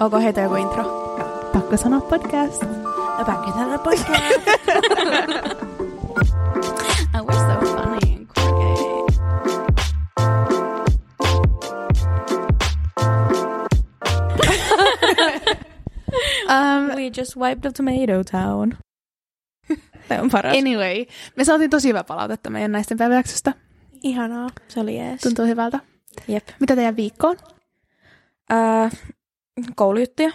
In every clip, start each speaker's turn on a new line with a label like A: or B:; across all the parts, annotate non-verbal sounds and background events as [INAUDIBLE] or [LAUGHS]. A: Onko heitä joku intro?
B: Pakko sanoa podcast.
A: No pakko sanoa podcast. oh, we're so funny and
B: [LAUGHS]
A: quirky.
B: Um,
A: [LAUGHS] We just wiped a tomato town. [LAUGHS] Tämä on paras.
B: anyway, me saatiin tosi hyvää palautetta meidän naisten päiväjaksosta.
A: Ihanaa. Se oli jees.
B: Tuntuu hyvältä.
A: Jep.
B: Mitä teidän viikko on?
A: Äh, koulujuttuja.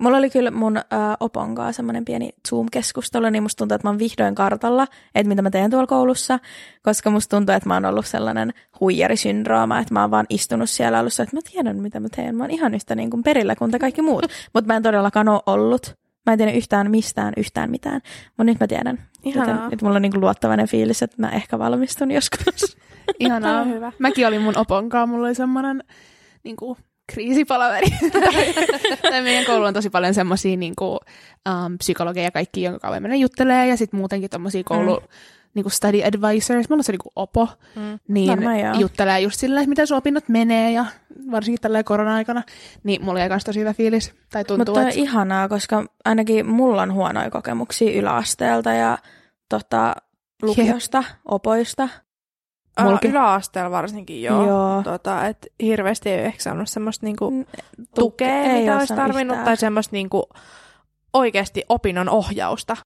A: Mulla oli kyllä mun äh, oponkaa semmoinen pieni Zoom-keskustelu, niin musta tuntuu, että mä oon vihdoin kartalla, että mitä mä teen tuolla koulussa, koska musta tuntuu, että mä oon ollut sellainen huijarisyndrooma, että mä oon vaan istunut siellä alussa, että mä tiedän, mitä mä teen. Mä oon ihan yhtä niin kuin perillä kuin te kaikki muut, mutta mä en todellakaan ole ollut. Mä en tiedä yhtään mistään yhtään mitään, mutta nyt mä tiedän. Joten,
B: Ihanaa.
A: nyt mulla on niin kuin luottavainen fiilis, että mä ehkä valmistun joskus.
B: Ihanaa.
A: on hyvä.
B: Mäkin olin mun oponkaan, mulla oli semmoinen niin kuin,
A: [LAUGHS]
B: kriisipalaveri. tai meidän koulu on tosi paljon semmoisia niin kuin, um, psykologeja ja kaikki, jonka kanssa mennä juttelee. Ja sitten muutenkin tommosia koulu... Mm. Niin kuin study advisors, mulla on se niin kuin opo, mm. niin
A: Varmaan joo.
B: juttelee just sillä, että miten sun opinnot menee ja varsinkin tällä korona-aikana, niin mulla oli kans tosi hyvä fiilis. Tai tuntuu,
A: Mutta
B: että
A: on ihanaa, koska ainakin mulla on huonoja kokemuksia yläasteelta ja tota, lukiosta, opoista.
C: Aa,
B: Mulki.
C: Yläasteella Ah, varsinkin, joo. joo.
A: Joo.
C: Tota, et hirveästi ei ole ehkä saanut semmoista niinku
A: Mm,
C: tukea,
A: ei
C: mitä
A: oo
C: olisi
A: saanut
C: tarvinnut,
A: yhtään.
C: tai semmoista niinku oikeasti opinnon ohjausta.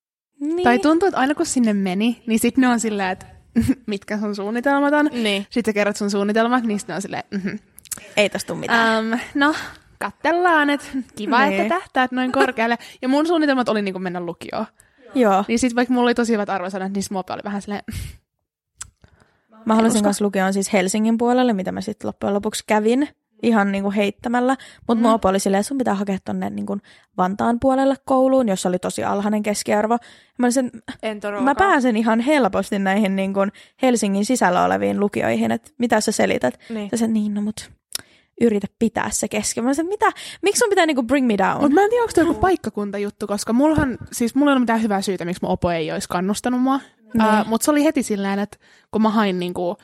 A: Niin.
B: Tai tuntuu, että aina kun sinne meni, niin sitten ne on silleen, että [LAUGHS] mitkä sun suunnitelmat on.
C: Niin.
B: Sitten sä kerrot sun suunnitelmat, niin sit ne on silleen, mhm.
A: ei tästä tule mitään.
B: um, no, kattellaan, että kiva,
A: Niin.
B: että tähtäät noin korkealle. Ja mun suunnitelmat oli niin mennä lukioon.
A: Joo.
B: Niin sitten vaikka mulla oli tosi hyvät arvosanat, niin sit mua oli vähän silleen,
A: Mä halusin kanssa lukioon siis Helsingin puolelle, mitä mä sitten loppujen lopuksi kävin ihan niin kuin heittämällä. Mutta mm. mun opo oli silleen, sun pitää hakea tonne niin kuin Vantaan puolelle kouluun, jossa oli tosi alhainen keskiarvo. Mä, olin sen,
C: En
A: mä pääsen ihan helposti näihin niin kuin Helsingin sisällä oleviin lukioihin, että mitä sä selität.
C: Niin.
A: Ja se, niin no mut yritä pitää se kesken. Mä sanoin, että mitä, miksi sun pitää niinku bring me down?
B: Mutta mä en tiedä, onko tämä joku paikkakuntajuttu, koska mullahan, siis mulla ei ole mitään hyvää syytä, miksi mun opo ei olisi kannustanut mua.
A: Niin.
B: Uh, Mutta se oli heti silleen, että kun mä hain niinku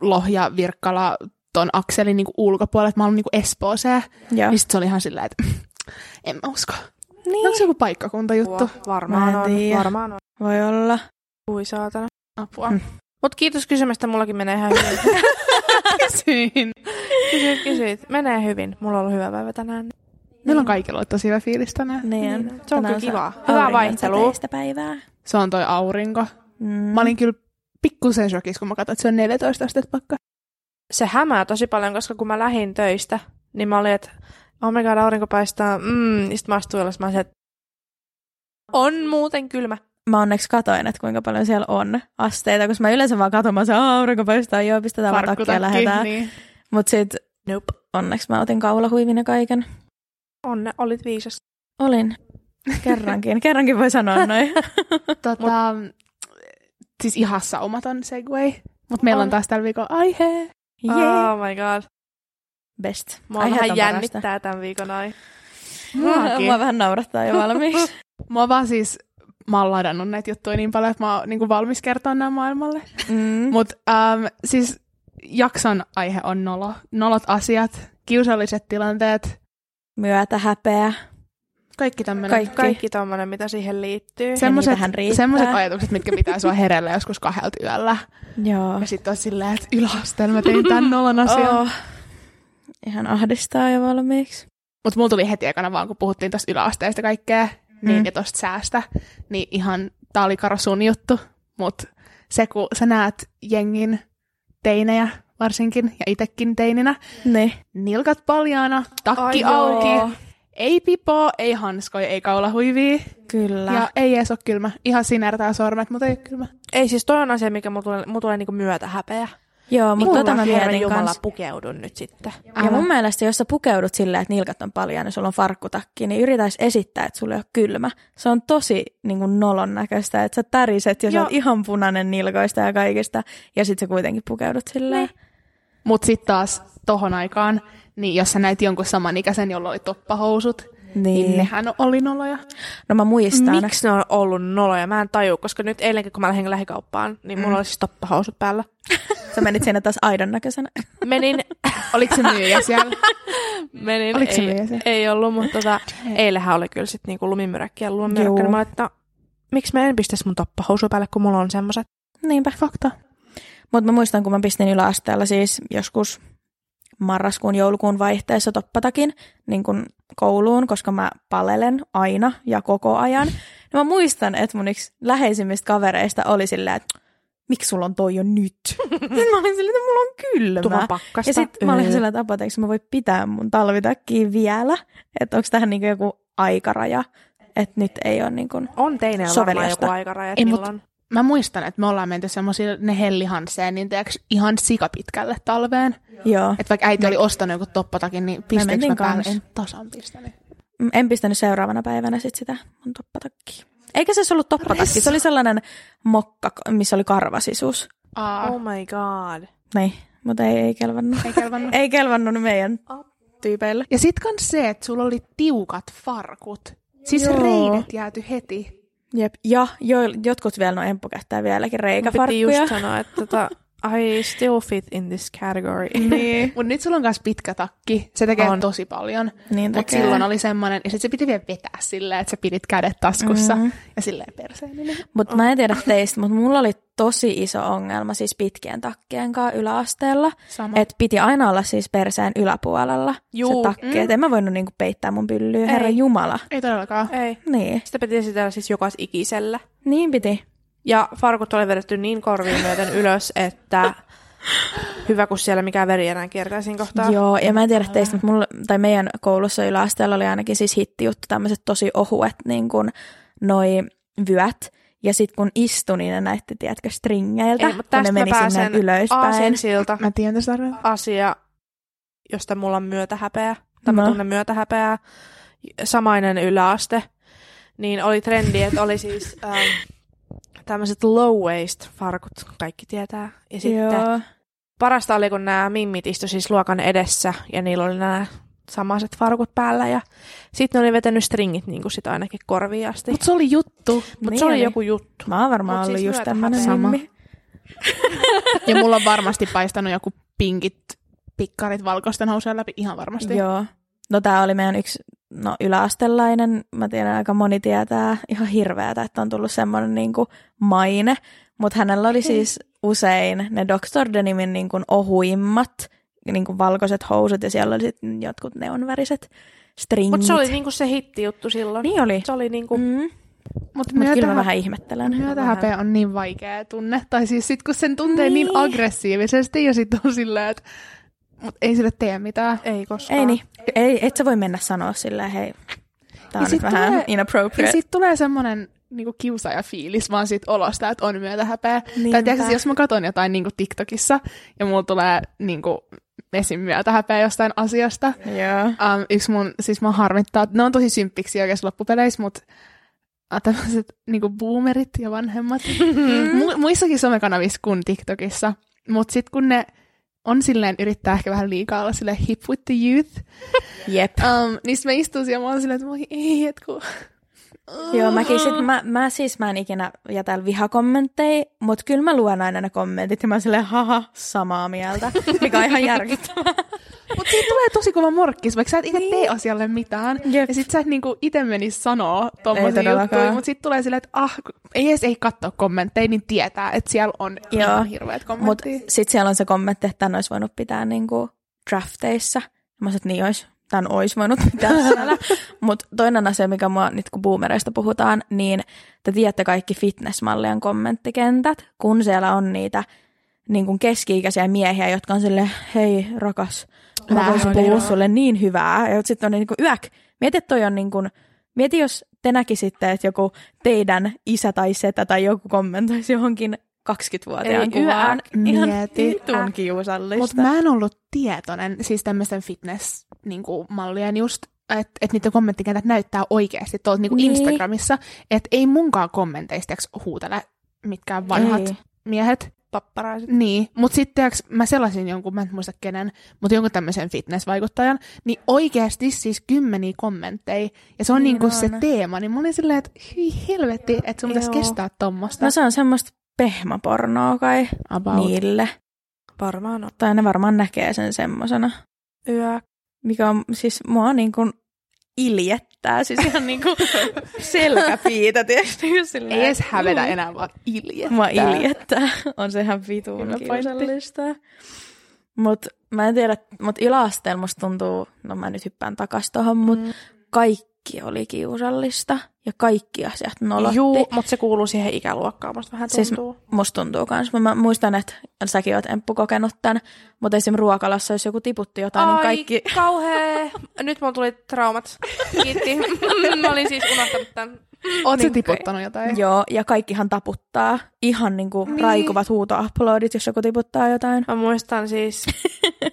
B: Lohja, Virkkala, ton akselin niinku ulkopuolelle, että mä olin niinku Espooseen,
A: Joo.
B: niin sit se oli ihan silleen, että [SNIFFS] en mä usko.
A: Niin.
C: No.
B: Onko se joku paikkakuntajuttu?
C: Varmaan
A: Mä en
C: on,
A: tiedä.
C: varmaan on.
A: Voi olla.
C: Ui saatana.
B: Apua. [LAUGHS]
A: Mm.
C: Mut kiitos kysymästä, mullakin menee ihan [LAUGHS] hyvin.
B: Kysyin.
C: kysyit, kysyit. Menee hyvin. Mulla on ollut hyvä päivä tänään.
B: Meillä on kaikilla ollut tosi hyvä fiilis tänään.
A: Niin.
C: Se on
A: Tänään
C: kyllä kivaa. Hyvää
A: auringon
C: vaihtelua.
A: säteistä päivää.
B: Se on toi aurinko.
A: Mm.
B: Mä olin kyllä pikkusen shokissa, kun mä katsoin, että se on 14 astetta pakka.
C: Se hämää tosi paljon, koska kun mä lähdin töistä, niin mä olin, että oh my god, aurinko paistaa. Mm. Sitten mä astuin alas, mä olin, se, että on muuten kylmä.
A: mä onneksi katoin, että kuinka paljon siellä on asteita, koska mä yleensä vaan katon, mä sanon, aurinko paistaa, joo, pistetään vaan takkia ja lähdetään. Niin. [LAUGHS]
B: niin.
A: Mut sit
C: Nope.
A: onneksi mä otin kaulahuivin ja kaiken.
C: Onne, olit viisas. [LAUGHS]
A: Olin. Kerrankin. Kerrankin voi sanoa noin.
B: Tota, siis ihan saumaton segway. Mutta meillä on
C: On.
B: taas tällä viikolla aihe.
A: Yeah.
C: Oh my god.
A: Best.
C: Mua
A: Aiheet
C: vähän
A: on parasta.
C: jännittää tämän viikon ai.
B: Muakin.
A: [LAUGHS] Mua vähän naurattaa jo valmiiksi. [LAUGHS]
B: Mua vaan siis, mä oon ladannut näitä juttuja niin paljon, että mä oon niinku valmis kertoa nämä maailmalle.
A: Mm.
B: Mutta ähm, siis jakson aihe on nolo. Nolot asiat, kiusalliset tilanteet,
A: Myötä häpeä.
B: kaikki tämmöinen.
A: Kaikki.
C: Kaikki tommonen, mitä siihen liittyy.
A: Se-
B: Semmoset,
A: niitähän riittää.
B: semmoset ajatukset, mitkä pitää sua hereillä joskus kahdelta yöllä.
A: Joo.
B: Ja sit on silleen, että yläasteella mä tein tän nolon asian.
A: Oh. Ihan ahdistaa jo valmiiksi.
B: Mutta mulla tuli heti ekana vaan, kun puhuttiin tuosta yläasteesta kaikkea, niin,
A: Mm.
B: ja tuosta säästä, niin ihan, tää oli Karo sun juttu, mutta se kun sä näet jengin teinejä varsinkin, ja itekin teininä,
A: Niin.
B: nilkat paljaana, takki
C: Ai joo.
B: auki, ei pipoa, ei hanskoja, ei kaulahuivia,
A: Kyllä.
B: ja
A: Ja.
B: ei ees ole kylmä. Ihan sinertää sormet, mutta ei ole kylmä.
C: Ei siis toi on asia, mikä mulla tulee, mulla tulee niinku myötä häpeä.
A: Joo, mutta tota mä mietin
C: Jumala
A: kans.
C: pukeudun nyt sitten.
A: Ja mun mielestä, jos sä pukeudut sillä, että nilkat on paljon ja sulla on farkkutakki, niin yritäis esittää, että sulla ei ole kylmä. Se on tosi niin kuin nolon näköistä, että sä täriset ja sä
C: Joo.
A: oot ihan punainen nilkoista ja kaikista. Ja sit sä kuitenkin pukeudut sillä. Niin.
B: Mutta sitten taas tohon aikaan, niin jos sä näit jonkun samanikäisen, jolla oli toppahousut, niin
A: Niin.
B: nehän oli noloja.
A: No mä muistan.
C: Miksi ne on ollut noloja? Mä en taju, koska nyt eilenkin, kun mä lähdin lähikauppaan, niin mulla
A: Mm.
C: mm. oli siis toppahousut päällä.
A: Sä menit sinne taas aidon näköisenä.
C: Menin,
B: Oliko se myyjä [LAUGHS] siellä?
C: [LAUGHS] menin
B: Oliko se
C: ei,
B: myyjä siellä?
C: ei ollut, mutta tota,
B: Ei.
C: eilähän oli kyllä sitten niinku lumimyräkkiä
A: Juu.
C: lumimyräkkiä. Niin mä olin, että no, miksi mä en pistäisi mun toppahousuja päälle, kun mulla on semmoset?
A: Niinpä.
B: Fakta.
A: Mutta mä muistan, kun mä pistin yläasteella siis joskus marraskuun, joulukuun vaihteessa toppatakin niin kun kouluun, koska mä palelen aina ja koko ajan. No mä muistan, että mun yksi läheisimmistä kavereista oli silleen, että miksi sulla on toi jo nyt? [LAUGHS] Sitten mä olin silleen, että mulla on
C: Tuvan
A: kylmä.
C: pakkasta.
A: Ja sitten mä olin ihan
C: Mm.
A: sillä tavalla, että eikö mä voi pitää mun talvitakkiin vielä? Että onko tähän niin joku aikaraja? Että nyt ei ole niin kuin...
C: On teineillä varmaan
A: Soveliasta.
C: joku aikaraja,
B: Ei,
C: että
B: mut-
C: milloin.
B: Mä muistan, että me ollaan menty semmoisille ne hellihanseen, niin teoks, ihan sikapitkälle talveen.
A: Joo.
B: Että vaikka äiti oli ostanut joku toppatakin, niin pisteekö
A: mentiin
B: mä päälle?
A: kans.
B: En tasan pistänyt.
A: Mm, En pistänyt seuraavana päivänä sit sitä mun toppatakkiin. Eikä se edes ollut toppatakki, se oli sellainen mokka, missä oli karvasisus.
B: Aa,
C: Oh my god.
A: Niin, mutta ei, ei kelvannut.
B: ei kelvannut.
A: Ei kelvannut meidän tyypeille.
B: Ja sit kans se, että sulla oli tiukat farkut. Siis
A: Joo.
B: Joo. reidet jääty heti.
A: Jep. Ja jo, jotkut vielä, no Emppu käyttää vieläkin
C: Mun piti just [LAUGHS]
A: reikäfarkkuja.
C: sanoa, että tota, I still fit in this category.
A: Niin.
B: Mut nyt sulla on kans pitkä takki. Se tekee on.
C: On.
B: tosi paljon.
A: niin
B: Mut
A: tekee.
B: silloin oli semmonen, ja sit se piti vielä vetää silleen, että sä pidit kädet taskussa. Mm-hmm. Ja silleen perseellinen.
A: Mutta
C: Oh.
A: mä en tiedä teistä, mutta mulla oli tosi iso ongelma siis pitkien takkien kanssa yläasteella.
B: Sama.
A: Että piti aina olla siis perseen yläpuolella
C: Juu,
A: se takki. Mm. Et en mä voinut niinku peittää mun pyllyä, herra
C: Ei.
A: jumala.
B: Ei todellakaan.
C: Ei.
A: Niin.
C: Sitä piti esitellä siis jokas ikisellä.
A: Niin piti.
C: Ja farkut oli vedetty niin korviin [LAUGHS] myöten ylös, että hyvä, kun siellä mikään veri enää kiertäisiin kohtaa.
A: Joo, ja mä en tiedä teistä, mutta mulla, tai meidän koulussa yläasteella oli ainakin siis hittijuttu, tämmöiset tosi ohuet niin kun, noi vyöt. Ja sitten kun istui, niin ne näytti, tiedätkö, stringeiltä,
C: Ei, mutta
A: kun ne
C: tästä mä
A: meni
C: pääsen
A: sinne ylöspäin.
C: aasinsilta
B: Mä tiedän tästä tarkoittaa.
C: asia, josta mulla on myötähäpeä. Tai
A: No.
C: mä tunnen myötähäpeää. Samainen yläaste. Niin oli trendi, että oli siis ähm, tämmöiset low waist farkut, kaikki tietää. Ja sitten
A: Joo.
C: parasta oli, kun nämä mimmit istu siis luokan edessä ja niillä oli nämä samaiset farkut päällä ja sitten ne oli vetänyt stringit niin kuin sit ainakin korviin asti.
B: Mut se oli juttu.
C: Mutta
A: niin
C: se oli
A: oli.
C: joku juttu.
A: Mä oon varmaan
C: Mut
A: ollut
C: siis
A: just
C: myötähän
A: tämmönen
B: sama.
A: mimmi.
B: Ja mulla on varmasti paistanut joku pinkit pikkarit valkoisten housujen läpi ihan varmasti.
A: Joo. No tää oli meidän yksi no, yläastelainen. Mä tiedän, aika moni tietää ihan hirveätä, että on tullut semmoinen niin maine. Mutta hänellä oli siis usein ne Dr. Denimin niin kuin ohuimmat niin kuin valkoiset housut ja siellä oli sitten jotkut neonväriset stringit.
C: Mutta se oli niinku se hittijuttu silloin.
A: Niin oli.
C: Se oli niinku, mm.
A: Mm.
B: Mutta
A: Mutta kyllä mä
B: myötähä,
A: vähän ihmettelen.
B: myötähäpeä on niin vaikea tunne. Tai siis sit kun sen tuntee niin,
A: Niin.
B: niin aggressiivisesti ja sit on silleen, että mut ei sille tee mitään.
C: ei koskaan.
A: Ei niin. Ei, et sä voi mennä sanoa silleen, hei, tää on
B: Ja
A: nyt
B: sit
A: vähän
B: tulee-
A: inappropriate.
B: Ja sit tulee semmonen niinku kiusaaja fiilis vaan siitä olosta, että on myötähäpeä.
A: Niinpä.
B: Tai tiedätkö, siis jos mä katson jotain niinku TikTokissa ja mulla tulee niinku esim. myötähäpeä jostain asiasta,
A: Joo.
B: Um, yksi mun, siis mä harmittaa, ne on tosi symppiksi oikeassa loppupeleissä, mutta tämmöiset niinku boomerit ja vanhemmat.
A: Mm-hmm. Mm.
B: Mu- muissakin somekanavissa kuin TikTokissa. Mutta sitten kun ne on silleen, yrittää ehkä vähän liikaa olla silleen hip with the youth,
A: Jep.
B: um, niin sit mä istun siellä ja mä oon silleen, että voi ei, et kun...
A: Joo, mäkin sit, mä, mä siis mä en ikinä jätä vihakommentteja, mutta kyllä mä luen aina ne kommentit ja mä oon silleen, haha, samaa mieltä, mikä on ihan järkyttävää.
B: Mut siitä tulee tosi kova morkkis, vaikka sä et itse tee
A: Niin.
B: asialle mitään.
A: Jep.
B: Ja sit sä et niinku ite menisi sanoa tommosia
A: todellakaan.
B: juttuja, mut sit tulee silleen, että ah, kun ei edes ei katsoa kommentteja, niin tietää, että siellä on
A: Joo.
B: ihan hirveät
A: Mutta
B: kommentteja.
A: sit siellä on se kommentti, että tän olisi voinut pitää niinku drafteissa. Mä sanoin, että niin ois, tän ois voinut [LAUGHS] pitää siellä. Mutta toinen asia, mikä mua nyt kun boomereista puhutaan, niin te tiedätte kaikki fitnessmallien kommenttikentät, kun siellä on niitä niin kuin keski-ikäisiä miehiä, jotka on sille hei rakas, mä
B: Mä
A: voisin
B: olen
A: puhua
B: joo.
A: sulle niin hyvää. Ja sitten on niin kuin, yäk, mieti, että toi on niin kuin, mieti, jos te näkisitte, että joku teidän isä tai setä tai joku kommentoisi johonkin 20-vuotiaan
C: Ei
A: kuvaan. äh, Ihan
B: mieti.
A: vitun kiusallista.
B: Mutta mä en ollut tietoinen siis tämmöisten fitness-mallien just, että et niiden kommenttikentät näyttää oikeasti tuolta niinku
A: Niin.
B: niin. Instagramissa, että ei munkaan kommenteista tiiäks, huutele mitkään vanhat
A: Ei.
B: miehet.
C: papparaiset.
B: Niin, mutta sitten mä sellaisin jonkun, mä en muista kenen, mutta jonkun tämmöisen fitness-vaikuttajan, niin oikeasti siis kymmeniä kommentteja, ja se on
A: Niin
B: niin, niinku
A: on.
B: se teema, niin mä olin silleen, että hyi helvetti, että sun pitäisi
C: Joo.
B: kestää tommosta.
A: No se Niin. on semmoista pehmäpornoa kai
B: About.
A: niille.
C: Varmaan on.
A: Tai ne varmaan näkee sen semmosena.
C: Yö.
A: Mikä on siis mua niin kuin iljettää, siis ihan niin kuin selkäpiitä [LAUGHS] tietysti.
B: Ei edes hävetä
A: Niin.
B: enää, vaan iljettää.
A: Mua iljettää. [LAUGHS] On se ihan vituun
B: Kyllä pointti.
A: kiusallista. Mut mä en tiedä, mut yläasteella musta tuntuu, no mä nyt hyppään takas tohon, mut
C: Mm.
A: kaikki oli kiusallista ja kaikki asiat nolotti.
C: Juu, mutta se kuuluu siihen ikäluokkaan, musta vähän
A: Siis-
C: tuntuu. Siis...
A: Musta tuntuu kans. Mä, mä muistan, että säkin oot Emppu kokenut tän, mutta esimerkiksi ruokalassa, jos joku tiputti jotain, Ai. niin kaikki...
C: kauhee. Nyt mulla tuli traumat. Kiitti. Mä olin siis unohtanut tämän.
B: Oot sä
C: Niin.
B: tiputtanut jotain?
A: Joo, ja kaikkihan taputtaa. Ihan niinku niin.
B: Niin.
A: raikuvat huutoaplodit, jos joku tiputtaa jotain.
C: Mä muistan siis,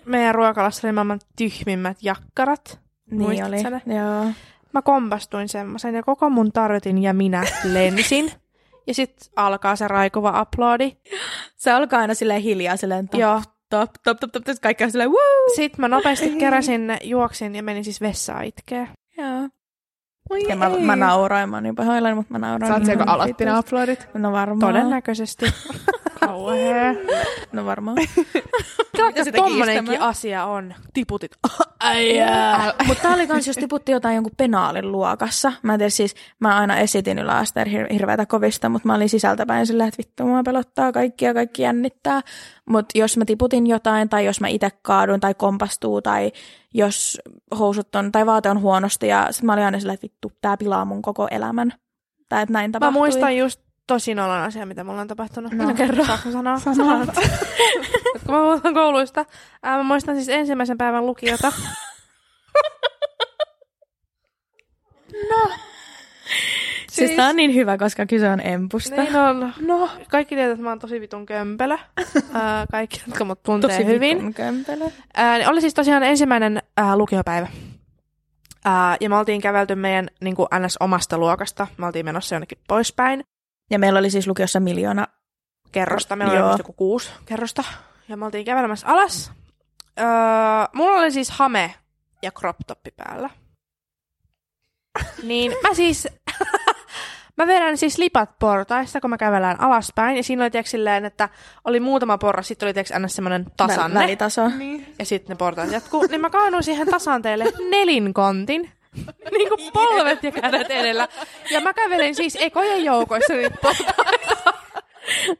C: meidän ruokalassa oli maailman tyhmimmät jakkarat.
A: Niin
C: Muistat
A: oli.
C: sä ne?
A: Joo.
C: Mä kompastuin semmoisen ja koko mun tarjotin ja minä lensin. Ja sit alkaa se raikuva uploadi.
A: Se alkaa aina silleen hiljaa, silleen tap,
C: Joo.
A: tap, tap, tap, tap, tap, kaikki on silleen woo!
C: Sitten mä nopeasti keräsin ne, juoksin ja menin siis vessaan itkeä.
A: Joo.
B: Voi
A: Ja mä,
B: ei.
A: mä Niin. nauroin, mä oon niin pahoillani, mutta mä nauroin.
B: Saat
A: ihan
B: joko aloitti ne
A: vitusti.
B: uploadit?
A: No varmaan.
C: [LAUGHS] Todennäköisesti. Kauhea.
A: No varmaan.
C: Tiedätkö,
A: Sitä
C: että tommonenkin
A: kiistämään.
C: asia on. Tiputit.
B: Äijää.
A: [LAUGHS] Mutta tää oli kans, jos tiputti jotain jonkun penaalin luokassa. Mä en tiedä siis, mä aina esitin yläasteella hir- hirveätä kovista, mutta mä olin sisältäpäin sillä, että vittu mua pelottaa kaikki ja kaikki jännittää. Mutta jos mä tiputin jotain tai jos mä itse kaadun tai kompastuu tai jos housut on tai vaate on huonosti ja sit mä olin aina sillä, että vittu tää pilaa mun koko elämän. Tai että näin
C: Mä
A: tapahtui.
C: muistan just tosi nolon asia, mitä mulla on tapahtunut.
A: No, kerro.
C: Saanko sanoa?
B: Saa sanoa.
C: Nyt [LAUGHS] kun mä puhutaan kouluista. Ää, mä muistan siis ensimmäisen päivän lukiota.
A: Siis tää on niin hyvä, koska kyse on empusta.
C: Niin on. No, kaikki tietää, että mä oon tosi
A: [LAUGHS]
C: vitun kömpelö. Ää, kaikki, jotka mut tuntee
A: Tosi
C: hyvin.
A: vitun kömpelö.
C: Ää, niin oli siis tosiaan ensimmäinen ää, lukiopäivä. Ää, ja me oltiin kävelty meidän niin kuin ns. omasta luokasta. Me oltiin menossa jonnekin poispäin
A: Ja meillä oli siis lukiossa miljoona.
C: kerrosta. Meillä Joo.
A: Joo.
C: oli musta joku kuusi kerrosta. Ja me oltiin kävelemässä alas. Öö, mulla oli siis hame ja crop toppi päällä. Niin mä siis... [LAUGHS] mä vedän siis lipat portaista, kun mä kävelään alaspäin. Ja siinä oli tiiäks, silleen, että oli muutama porras. Sitten oli tiiäks, ns. semmoinen tasanne.
A: Väl- välitaso. [LAUGHS]
B: Niin.
C: Ja sitten ne portaat jatkuu. Niin mä kaanuin siihen tasanteelle nelinkontin. [LAUGHS] Niin kuin polvet ja kädet edellä. Ja mä kävelin siis ekojen joukoissa niitä portaita.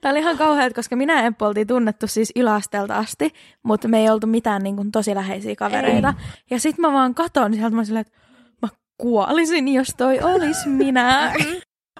A: Tämä oli ihan kauheat, koska minä ja Eppu oltiin tunnettu siis yläasteelta asti, mutta me ei oltu mitään niin kuin, tosi läheisiä kavereita. Ei. Ja sitten mä vaan katon sieltä, mä silleen, että mä kuolisin, jos toi olis
C: [LAUGHS]
A: minä.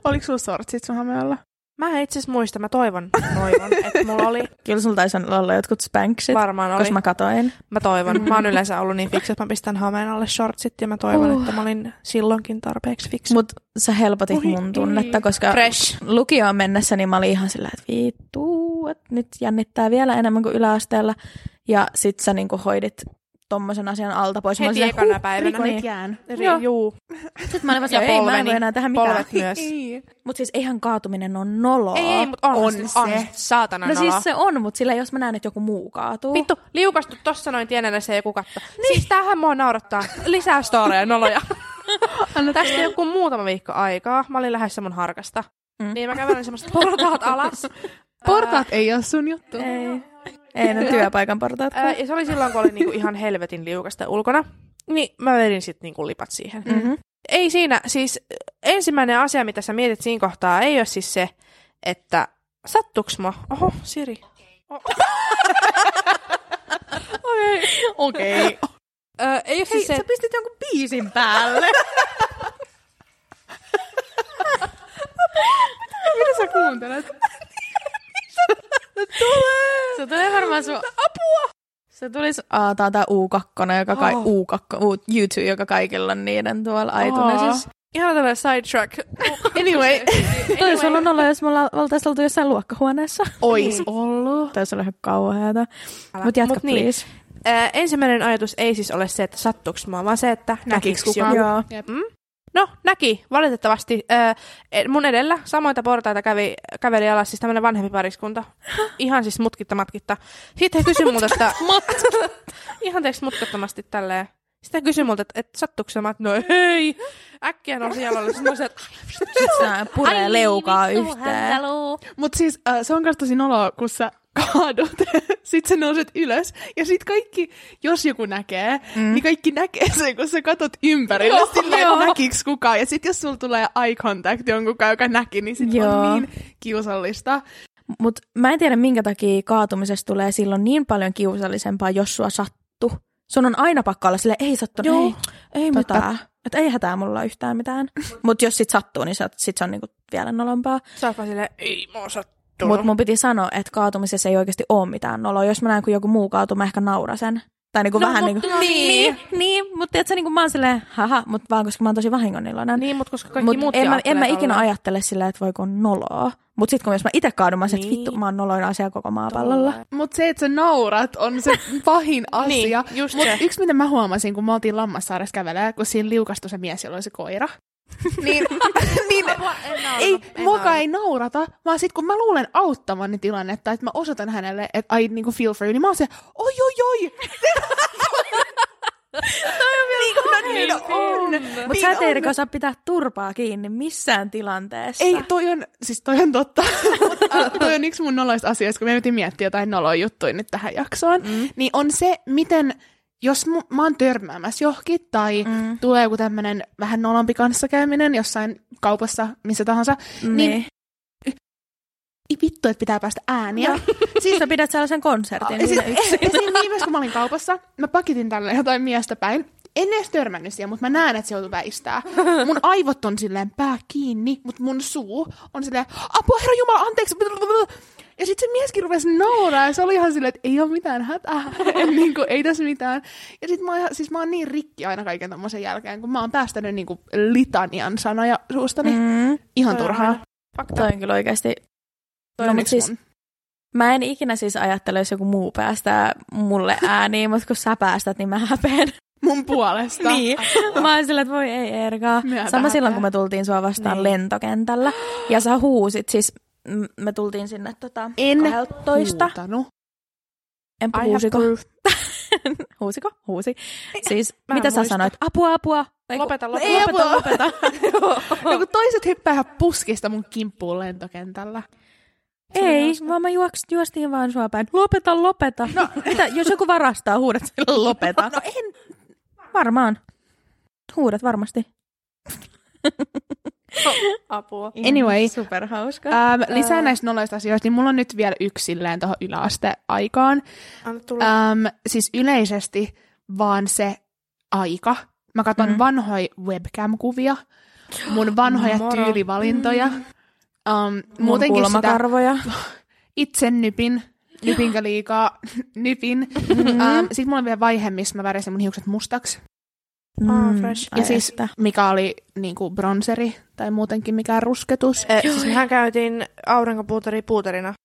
B: Oliko sulla sortsit sun hamealla?
C: Mä en itse asiassa muista, mä toivon,
A: [LAUGHS]
C: toivon, että mulla oli,
A: Kyllä sulla taisi olla jotkut spanksit,
C: varmaan oli.
A: koska
C: Mä...
A: mä katoin.
C: mä
A: [LAUGHS]
C: toivon. Mä oon yleensä ollut niin fiksu, että mä pistän hameen alle shortsit ja mä toivon, uh. että mä olin silloinkin tarpeeksi fiksu.
A: Mutta sä helpotit
B: Voi
A: mun
B: ei.
A: tunnetta, koska
C: Fresh.
A: lukioon mennessä niin mä olin ihan sillä, että vittu, että nyt jännittää vielä enemmän kuin yläasteella. Ja sit sä niin kuin, hoidit tommosen asian alta pois. Mä olin
C: Heti
A: silleen,
C: ekana
A: huh,
C: päivänä.
A: rikon
C: Niin.
B: jään.
C: Ri-
A: joo.
C: Juu.
A: Sitten mä olin vaan
C: Ja
A: silleen, ei mä en
C: polveni.
A: voi enää tehdä mitään.
C: Polvet myös.
B: Ei.
A: Mutta siis eihän kaatuminen on noloa.
C: Ei, ei, mutta on,
B: On
C: se.
B: se.
C: on se. Saatana
A: No
C: noloa.
A: siis se on, mutta sillä jos mä näen, että joku muu kaatuu.
C: Vittu, liukastu tossa noin tienellä se joku katto. Niin. Siis tämähän mua naurattaa. Lisää
A: [LAUGHS]
C: storeja, noloja.
B: Anna
C: Tästä ei ole kuin muutama viikko aikaa. Mä olin lähdössä mun harkasta.
A: Mm.
C: Mm. Niin mä kävelin semmoista
A: [LAUGHS]
C: portaat alas.
B: Portaat ei ole sun juttu.
A: Ei. Ei ne työpaikan portaat.
C: Ää, ja se oli silloin, kun oli niinku ihan helvetin liukasta ulkona. Niin mä vedin sitten niinku lipat siihen. Mm.
A: Mm-hmm.
C: Ei siinä, siis äh, ensimmäinen asia, mitä sä mietit siinä kohtaa, ei ole siis se, että sattuks mua? Oho, Siri. O- Okei.
A: Okei. Okay.
C: Ö, ei ole siis se,
A: pistit jonkun biisin päälle.
B: Mitä sä kuuntelet?
A: Se [LAUGHS] tulee varmaan sun... Apua! Se tulisi, aa, tää on tää U2, joka kai,
C: Oh.
A: U2, U, U2, joka kaikilla on niiden tuolla iTunesissa.
C: Ihan tällainen sidetrack. [LAUGHS]
B: Anyway.
A: Oh. Toi olisi ollut nolla, jos me olla- oltais oltu jossain luokkahuoneessa.
B: Ois ollut.
A: Toi olisi ollut ihan kauheata.
C: Älä.
A: Mut jatka,
C: Mut niin.
A: please.
C: Ö, ensimmäinen ajatus ei siis ole se, että sattuks mua, vaan se, että näkiks
A: Näkiks kukaan?
C: joku.
A: Joo.
B: Jep.
C: Mm? No, näki, valitettavasti. Äh, mun edellä samoita portaita kävi, käveli alas siis tämmöinen vanhempi pariskunta. Ihan siis mutkitta matkitta. Sitten he kysyi multa, että... ihan teeksi mutkattomasti tälleen. Sitten he kysyi multa, että, että sattuuko se? Mä, että no ei. Äkkiä nousi jaloille. Sitten mä olisin, että ai, niin,
A: Sitten puree leukaa yhteen.
B: Mutta siis äh, se on myös tosi noloa, kun sä kaadut, [LAUGHS] sit sä nouset ylös, ja sit kaikki, jos joku näkee, mm. niin kaikki näkee sen, kun sä katot ympärille,
C: Joo,
B: silleen,
C: joo.
B: että näkiks kukaan. Ja sit jos sulla tulee eye contact jonkun kanssa, joka näki, niin sit joo.
A: Joo.
B: on niin kiusallista.
A: Mutta mä en tiedä, minkä takia kaatumisesta tulee silloin niin paljon kiusallisempaa, jos sua sattu. Sun on aina pakko olla silleen, ei sattunut,
B: Joo,
A: ei, ei
B: totta.
A: mitään. Että ei hätää mulla yhtään mitään.
C: [LAUGHS]
A: Mutta jos sit sattuu, niin sä- sit se on niinku vielä nolompaa.
C: sä oot vaan silleen, ei mä oon sattunut.
A: Mutta mun piti sanoa, että kaatumisessa ei oikeasti ole mitään noloa. Jos mä näen, kun joku muu kaatuu, mä ehkä naura sen. Tai niinku
C: No,
A: vähän
C: mut-
A: niinku...
C: no niin.
A: niin, niin mutta tiedätkö, niinku mä oon silleen, haha, mutta vaan koska mä oon tosi vahingoniloinen.
C: Niin, mutta koska kaikki
A: Mut
C: muut
A: en mä, en
C: ajattelee
A: mä ikinä
C: tolleen.
A: ajattele sillä, että voi kun noloa. Mutta sitten kun jos mä itse kaadun, mä oon se, että
C: Niin.
A: vittu, mä oon noloin asia koko maapallolla.
B: Mutta se, että sä naurat, on se pahin
C: [LAUGHS] Niin,
B: asia.
C: just
B: Mut
C: se.
B: yksi, mitä mä huomasin, kun me oltiin Lammassaaressa kävelee, kun siinä liukastui se mies, jolla oli se koira.
C: [LAUGHS]
B: niin, [LAUGHS] niin ei, muoka ei naurata, vaan sit kun mä luulen auttavani tilannetta, että mä osoitan hänelle, että I niinku feel for you, niin mä oon se, oi oi oi!
C: Niin on.
A: Mutta sä et Erika osaa pitää turpaa kiinni missään tilanteessa. Mm,
B: Ei, toi on, siis toi on totta. [LAUGHS] Mut, äh, toi on yksi mun noloista asioista, kun me yritin miettiä jotain noloa juttuja nyt tähän jaksoon. Mm. Niin on se, miten, jos mu- mä oon törmäämässä johonkin tai mm. tulee joku tämmönen vähän nolompi kanssakäyminen jossain kaupassa, missä tahansa, mm. niin
A: niin.
B: ei vittu, että pitää päästä ääniä.
A: Siis sä pidät sellaisen konsertin.
B: Ja
A: siinä
B: sit-
A: yksin.
B: Esim. viimeis, kun mä olin kaupassa, mä pakitin tälle jotain miestä päin. En edes törmännyt siihen, mutta mä näen, että se joutuu [LAUGHS] väistää. Mun aivot on silleen pää kiinni, mutta mun suu on silleen, apua herra jumala, anteeksi. Ja sitten se mieskin rupesi nauraa ja se oli ihan silleen, että ei ole mitään hätää, [LAUGHS] en, niin kuin, ei tässä mitään. Ja sitten mä, oon ihan- siis mä oon niin rikki aina kaiken tommosen jälkeen, kun mä oon päästänyt niin kuin litanian sanoja suustani. Mm.
A: Mm.
B: Ihan
C: Toi on
B: turhaa.
C: aina. Fakta.
A: Toi on kyllä oikeasti...
B: Toi
A: No,
B: on
A: mut
B: yksi
A: siis
B: mun.
A: mä en ikinä siis ajattele, jos joku muu päästää mulle ääniin, mutta kun sä päästät, niin mä häpeen.
B: mun puolesta.
A: Niin. Mä oon sillä, että voi ei Erika.
B: Myötä
A: Sama silloin,
B: häpeä.
A: kun me tultiin sua vastaan
B: Niin.
A: niin. lentokentällä. Ja sä huusit, siis mm, me tultiin sinne tota,
B: En
A: 12.
B: Huutanut.
A: En
C: I have
A: huusiko.
C: proof.
A: [LAUGHS] Huusiko? Huusi. Siis,
C: mä en
A: mitä sä
C: muista.
A: sanoit? Apua, apua. Tai kun-
C: Lopeta,
A: Ei,
C: lopeta.
A: apua, lopeta.
B: No kun toiset hyppää ihan puskista mun kimppuun lentokentällä.
A: [LAUGHS] Ei, vaan mä juoks, juostiin vaan sua päin. Lopeta, lopeta. No. [LAUGHS] Mitä, jos joku varastaa, huudat sille lopeta. No en. Varmaan. Huudat varmasti.
C: [LAUGHS] Apua.
B: Anyway,
A: Superhauska.
B: äm, lisää näistä noloista asioista, niin mulla on nyt vielä yksi silleen tuohon yläasteaikaan.
C: Anna tulla.
B: Äm, siis yleisesti vaan se aika. Mä katson
A: Mm.
B: mm. vanhoja webcam-kuvia, mun vanhoja
C: Moro.
B: tyylivalintoja. Um,
A: Mun
B: muutenkin sitä
A: kulmakarvoja.
B: itse nypin, nypinkö liikaa, [LAUGHS] nypin.
A: Mhm.
B: Um, Sitten mulla on vielä vaihe, missä mä värisin mun hiukset mustaksi.
C: Ah, fresh.
A: ai
B: Ja siis
A: että.
B: mikä oli niinku bronseri tai muutenkin mikään rusketus.
C: Eh, siis mehän käytiin aurinkopuuteri puuterina. Siis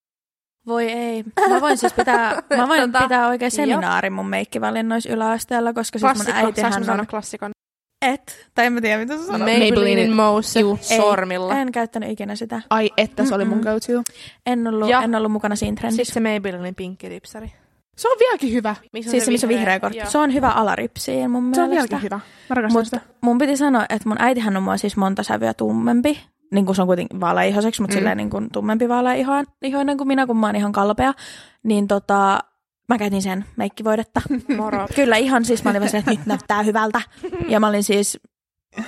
A: Voi ei. Mä voin siis [LAUGHS] pitää, mä voin
C: Tota,
A: pitää oikein
C: joo.
A: seminaarin mun meikkivalinnoissa yläasteella, koska siis mun
C: Saanko mä
A: äitihän
C: sanoa
A: on...
C: klassikon?
A: Et. Tai en mä tiedä, mitä sä sanoit.
B: Maybelline.
C: Mose
B: Juu.
C: sormilla.
A: En käyttänyt ikinä sitä.
B: Ai että se oli mun
A: Mm-mm.
B: go-to.
A: En ollut,
C: Ja-
A: en ollut mukana siinä trendissä.
C: Sitten siis se Maybellinin pinkki ripsari.
B: Se on vieläkin hyvä.
C: Missä
A: Siis se, missä on vihreä kortti.
C: Joo.
A: Se on hyvä alaripsiin mun
B: Se on
A: mielestä.
B: vieläkin hyvä. Mä rakastan
A: Mutta
B: sitä.
A: mun piti sanoa, että mun äitihän on mua siis monta sävyä tummempi. Niin kuin se on kuitenkin vaaleaihoiseksi, mutta
B: Mm.
A: mm. silleen niin kuin tummempi vaaleaihoinen kuin minä, kun mä oon ihan kalpea. Niin tota, mä käytin sen meikkivoidetta. [LAUGHS]
C: Moro.
A: Kyllä ihan siis, mä olin vaan silleen, että nyt näyttää
B: [LAUGHS]
A: hyvältä. Ja mä olin siis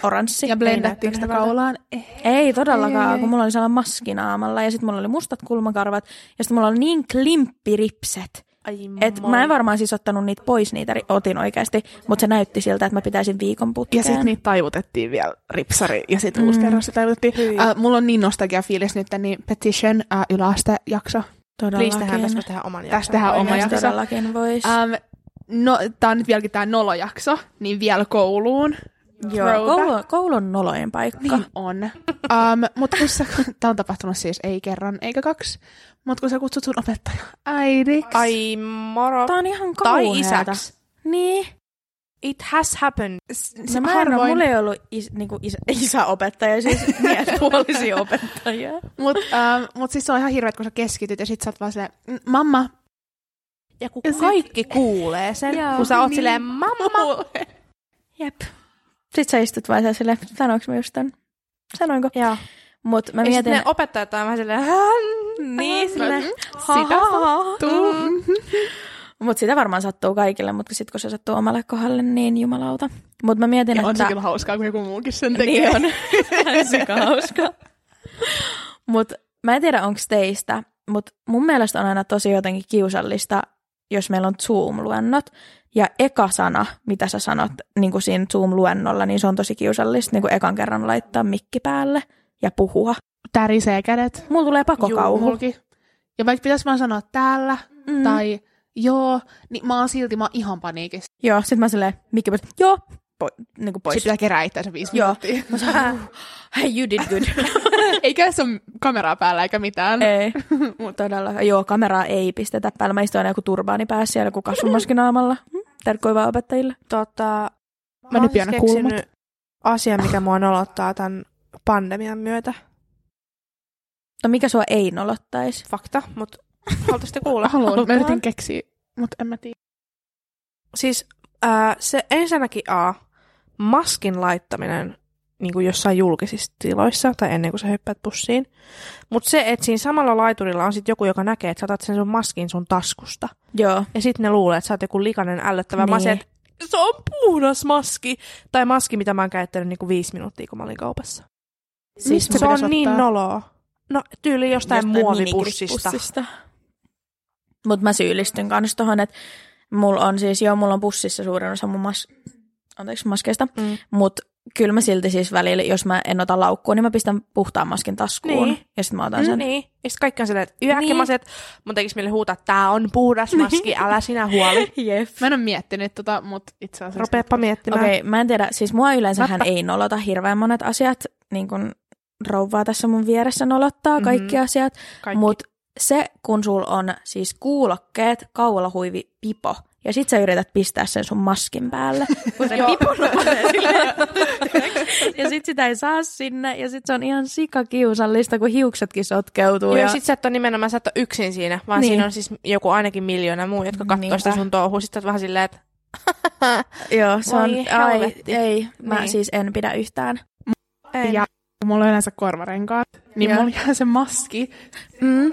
A: oranssi.
B: Ja blendattiinko
A: Ei
B: sitä
A: näyttänyt hyvältä.
B: kaulaan? Eh.
A: Ei todellakaan,
B: Ei,
A: ei,
B: ei,
A: kun mulla oli sellainen maski naamalla ja sitten mulla oli mustat kulmakarvat ja sitten mulla oli niin klimppiripset,
C: Ai
A: et mä en varmaan siis ottanut niitä pois, niitä ri- otin oikeasti, mutta se näytti siltä, että mä pitäisin viikon
B: Ja
A: putkeen.
B: sit niitä taivutettiin vielä ripsari ja sit mm. uusi kerros se taivutettiin.
C: Hyi.
B: Uh, mulla on niin nostalgia fiilis nyt, niin petition uh, yläastejakso.
C: Please
A: todellakin.
C: tehdään tästä tehdä oman jakson.
B: Tästä tehdään oma
A: Yes,
B: jakso.
A: todellakin voisi.
B: Um, no, tää on nyt vieläkin tää nolojakso, niin vielä kouluun.
A: Joo,
B: throwback.
A: koulu, koulun nolojen paikka.
B: Niin on. Um, mutta kun sä, tää on tapahtunut siis ei kerran eikä kaksi, mutta kun sä kutsut sun opettaja äidiksi.
C: Ai moro.
A: Tää on ihan
C: Tai
A: kauheata.
C: isäksi.
A: Niin.
C: It has happened.
A: Se mä en ole, mulla ei ollut is, niinku is, isäopettaja, [LAUGHS] siis miespuolisia opettajia.
B: Mut, ähm, mut siis se on ihan hirveet, kun sä keskityt ja sit sä oot vaan silleen, "Mm, mamma.
C: Ja kun
B: Ja sit-
C: kaikki kuulee sen,
A: Joo,
C: kun sä oot
B: niin.
C: silleen, mamma,
A: Jep. Sitten sä istut vaan siellä silleen, sanoinko mä just tän? Sanoinko?
C: Joo.
A: Mut mä
C: Ja sitten
A: mietin...
C: ne opettajat on vähän silleen, "Hän,
A: Niin, sille,
C: sitä
B: Tuu.
A: Mutta sitä varmaan sattuu kaikille, mutta sitten kun se sattuu omalle kohdalle, niin jumalauta. Mutta mä mietin,
B: Ja on se
A: että...
B: kyllä hauskaa, kun joku muukin sen tekee.
A: Niin [LAUGHS] on. Sika hauska. Mut mä en tiedä, onko teistä, mutta mun mielestä on aina tosi jotenkin kiusallista, jos meillä on Zoom-luennot. Ja eka sana, mitä sä sanot niin kuin siinä Zoom-luennolla, niin se on tosi kiusallista niin kuin ekan kerran laittaa mikki päälle ja puhua.
B: Tärisee kädet.
A: Mulla tulee pakokauhu.
B: Juu, Ja vaikka pitäisi vaan sanoa täällä
A: Mm.
B: mm. tai joo, niin mä oon silti, mä oon ihan paniikissa.
A: Joo, sit mä silleen, mikki pois. Joo, po- niin kuin pois.
B: Sitten pitää kerää itseänsä viisi
A: Joo.
B: minuuttia.
A: [LAUGHS] Mä sanoin, [LAUGHS] hey, you did good.
B: [LAUGHS] Eikä se ole kameraa päällä eikä mitään.
A: [LAUGHS] ei, mutta todella. Joo, kameraa ei pistetä päällä. Mä istuin aina joku turbaani päässä ja joku kasvumaskin naamalla. Mm, Terkkoi vaan opettajille.
C: Tota,
B: Mä
C: oon
B: nyt pian
C: siis
B: kulmat.
C: keksinyt Asia, mikä mua nolottaa tämän pandemian myötä.
A: No mikä sua ei nolottaisi?
C: Fakta, mutta haluaisitte
B: [LAUGHS]
C: kuulla?
B: Haluan. Mä
C: Halutaan.
B: yritin keksiä, mutta en mä tiedä.
C: Siis ää, se ensinnäkin A, maskin laittaminen niin kuin jossain julkisissa tiloissa tai ennen kuin sä hyppäät pussiin. Mutta se, että siinä samalla laiturilla on sit joku, joka näkee, että sä otat sen sun maskin sun taskusta.
A: Joo.
C: Ja sitten ne luulee, että sä oot joku likainen ällöttävä niin.
A: Niin.
C: masen. Se on puhdas maski. Tai maski, mitä mä oon käyttänyt niin kuin viisi minuuttia, kun mä olin kaupassa.
A: Siis
B: Mistä se
C: Se, se on
B: pitäisi
C: niin
B: ottaa?
C: noloa. No tyyli jostain, jostain muovipussista.
A: Mutta mä syyllistyn kanssa tohon, että mulla on siis, joo, mulla on pussissa suurin osa mun mas... Anteeksi, maskeista.
C: Mm.
A: Mutta kyllä mä silti siis välillä, jos mä en ota laukkua, niin mä pistän puhtaan maskin taskuun.
C: Niin.
A: Ja sitten mä otan
C: Mm,
A: sen.
C: niin. Ja sitten kaikki on silleen, että yhäkkimaset, niin. mun tekis mieli huutaa, että tää on puhdas
A: Niin.
C: maski, älä sinä
A: [LAUGHS]
C: huoli.
A: Jep.
B: Mä en ole miettinyt tota, mutta itse asiassa...
C: Rupeepa miettimään.
A: Okei, okay, mä en tiedä. Siis mua yleensähän
B: Totta.
A: ei nolota hirveän monet asiat. Niin kun rouvaa tässä mun vieressä nolottaa kaikki
C: Mhm.
A: mm-hmm. asiat.
C: Kaikki.
A: Mutta se, kun sul on siis kuulokkeet, kaulahuivi, pipo, ja sit sä yrität pistää sen sun maskin
C: [LAUGHS]
A: päälle. Kun se pipon on silleen. ja sit sitä ei saa sinne, ja sit se on ihan sikakiusallista, kun hiuksetkin sotkeutuu.
C: Joo,
A: ja
C: ja sit sä et ole nimenomaan, sä et ole yksin siinä, vaan niin.
A: Niin.
C: siinä on siis joku ainakin miljoona muu, jotka katsoo
A: Niinpä.
C: sitä sun touhua. Sitten sä oot vähän silleen, että
A: [LAUGHS] joo, se on,
C: Voi
A: ai,
C: helvetti.
A: ei, mä
C: Niin.
A: siis en pidä yhtään.
C: ei.
B: Ja mulla on yleensä korvarenkaat, niin
A: Joo.
B: mulla jää se maski.
A: Mm,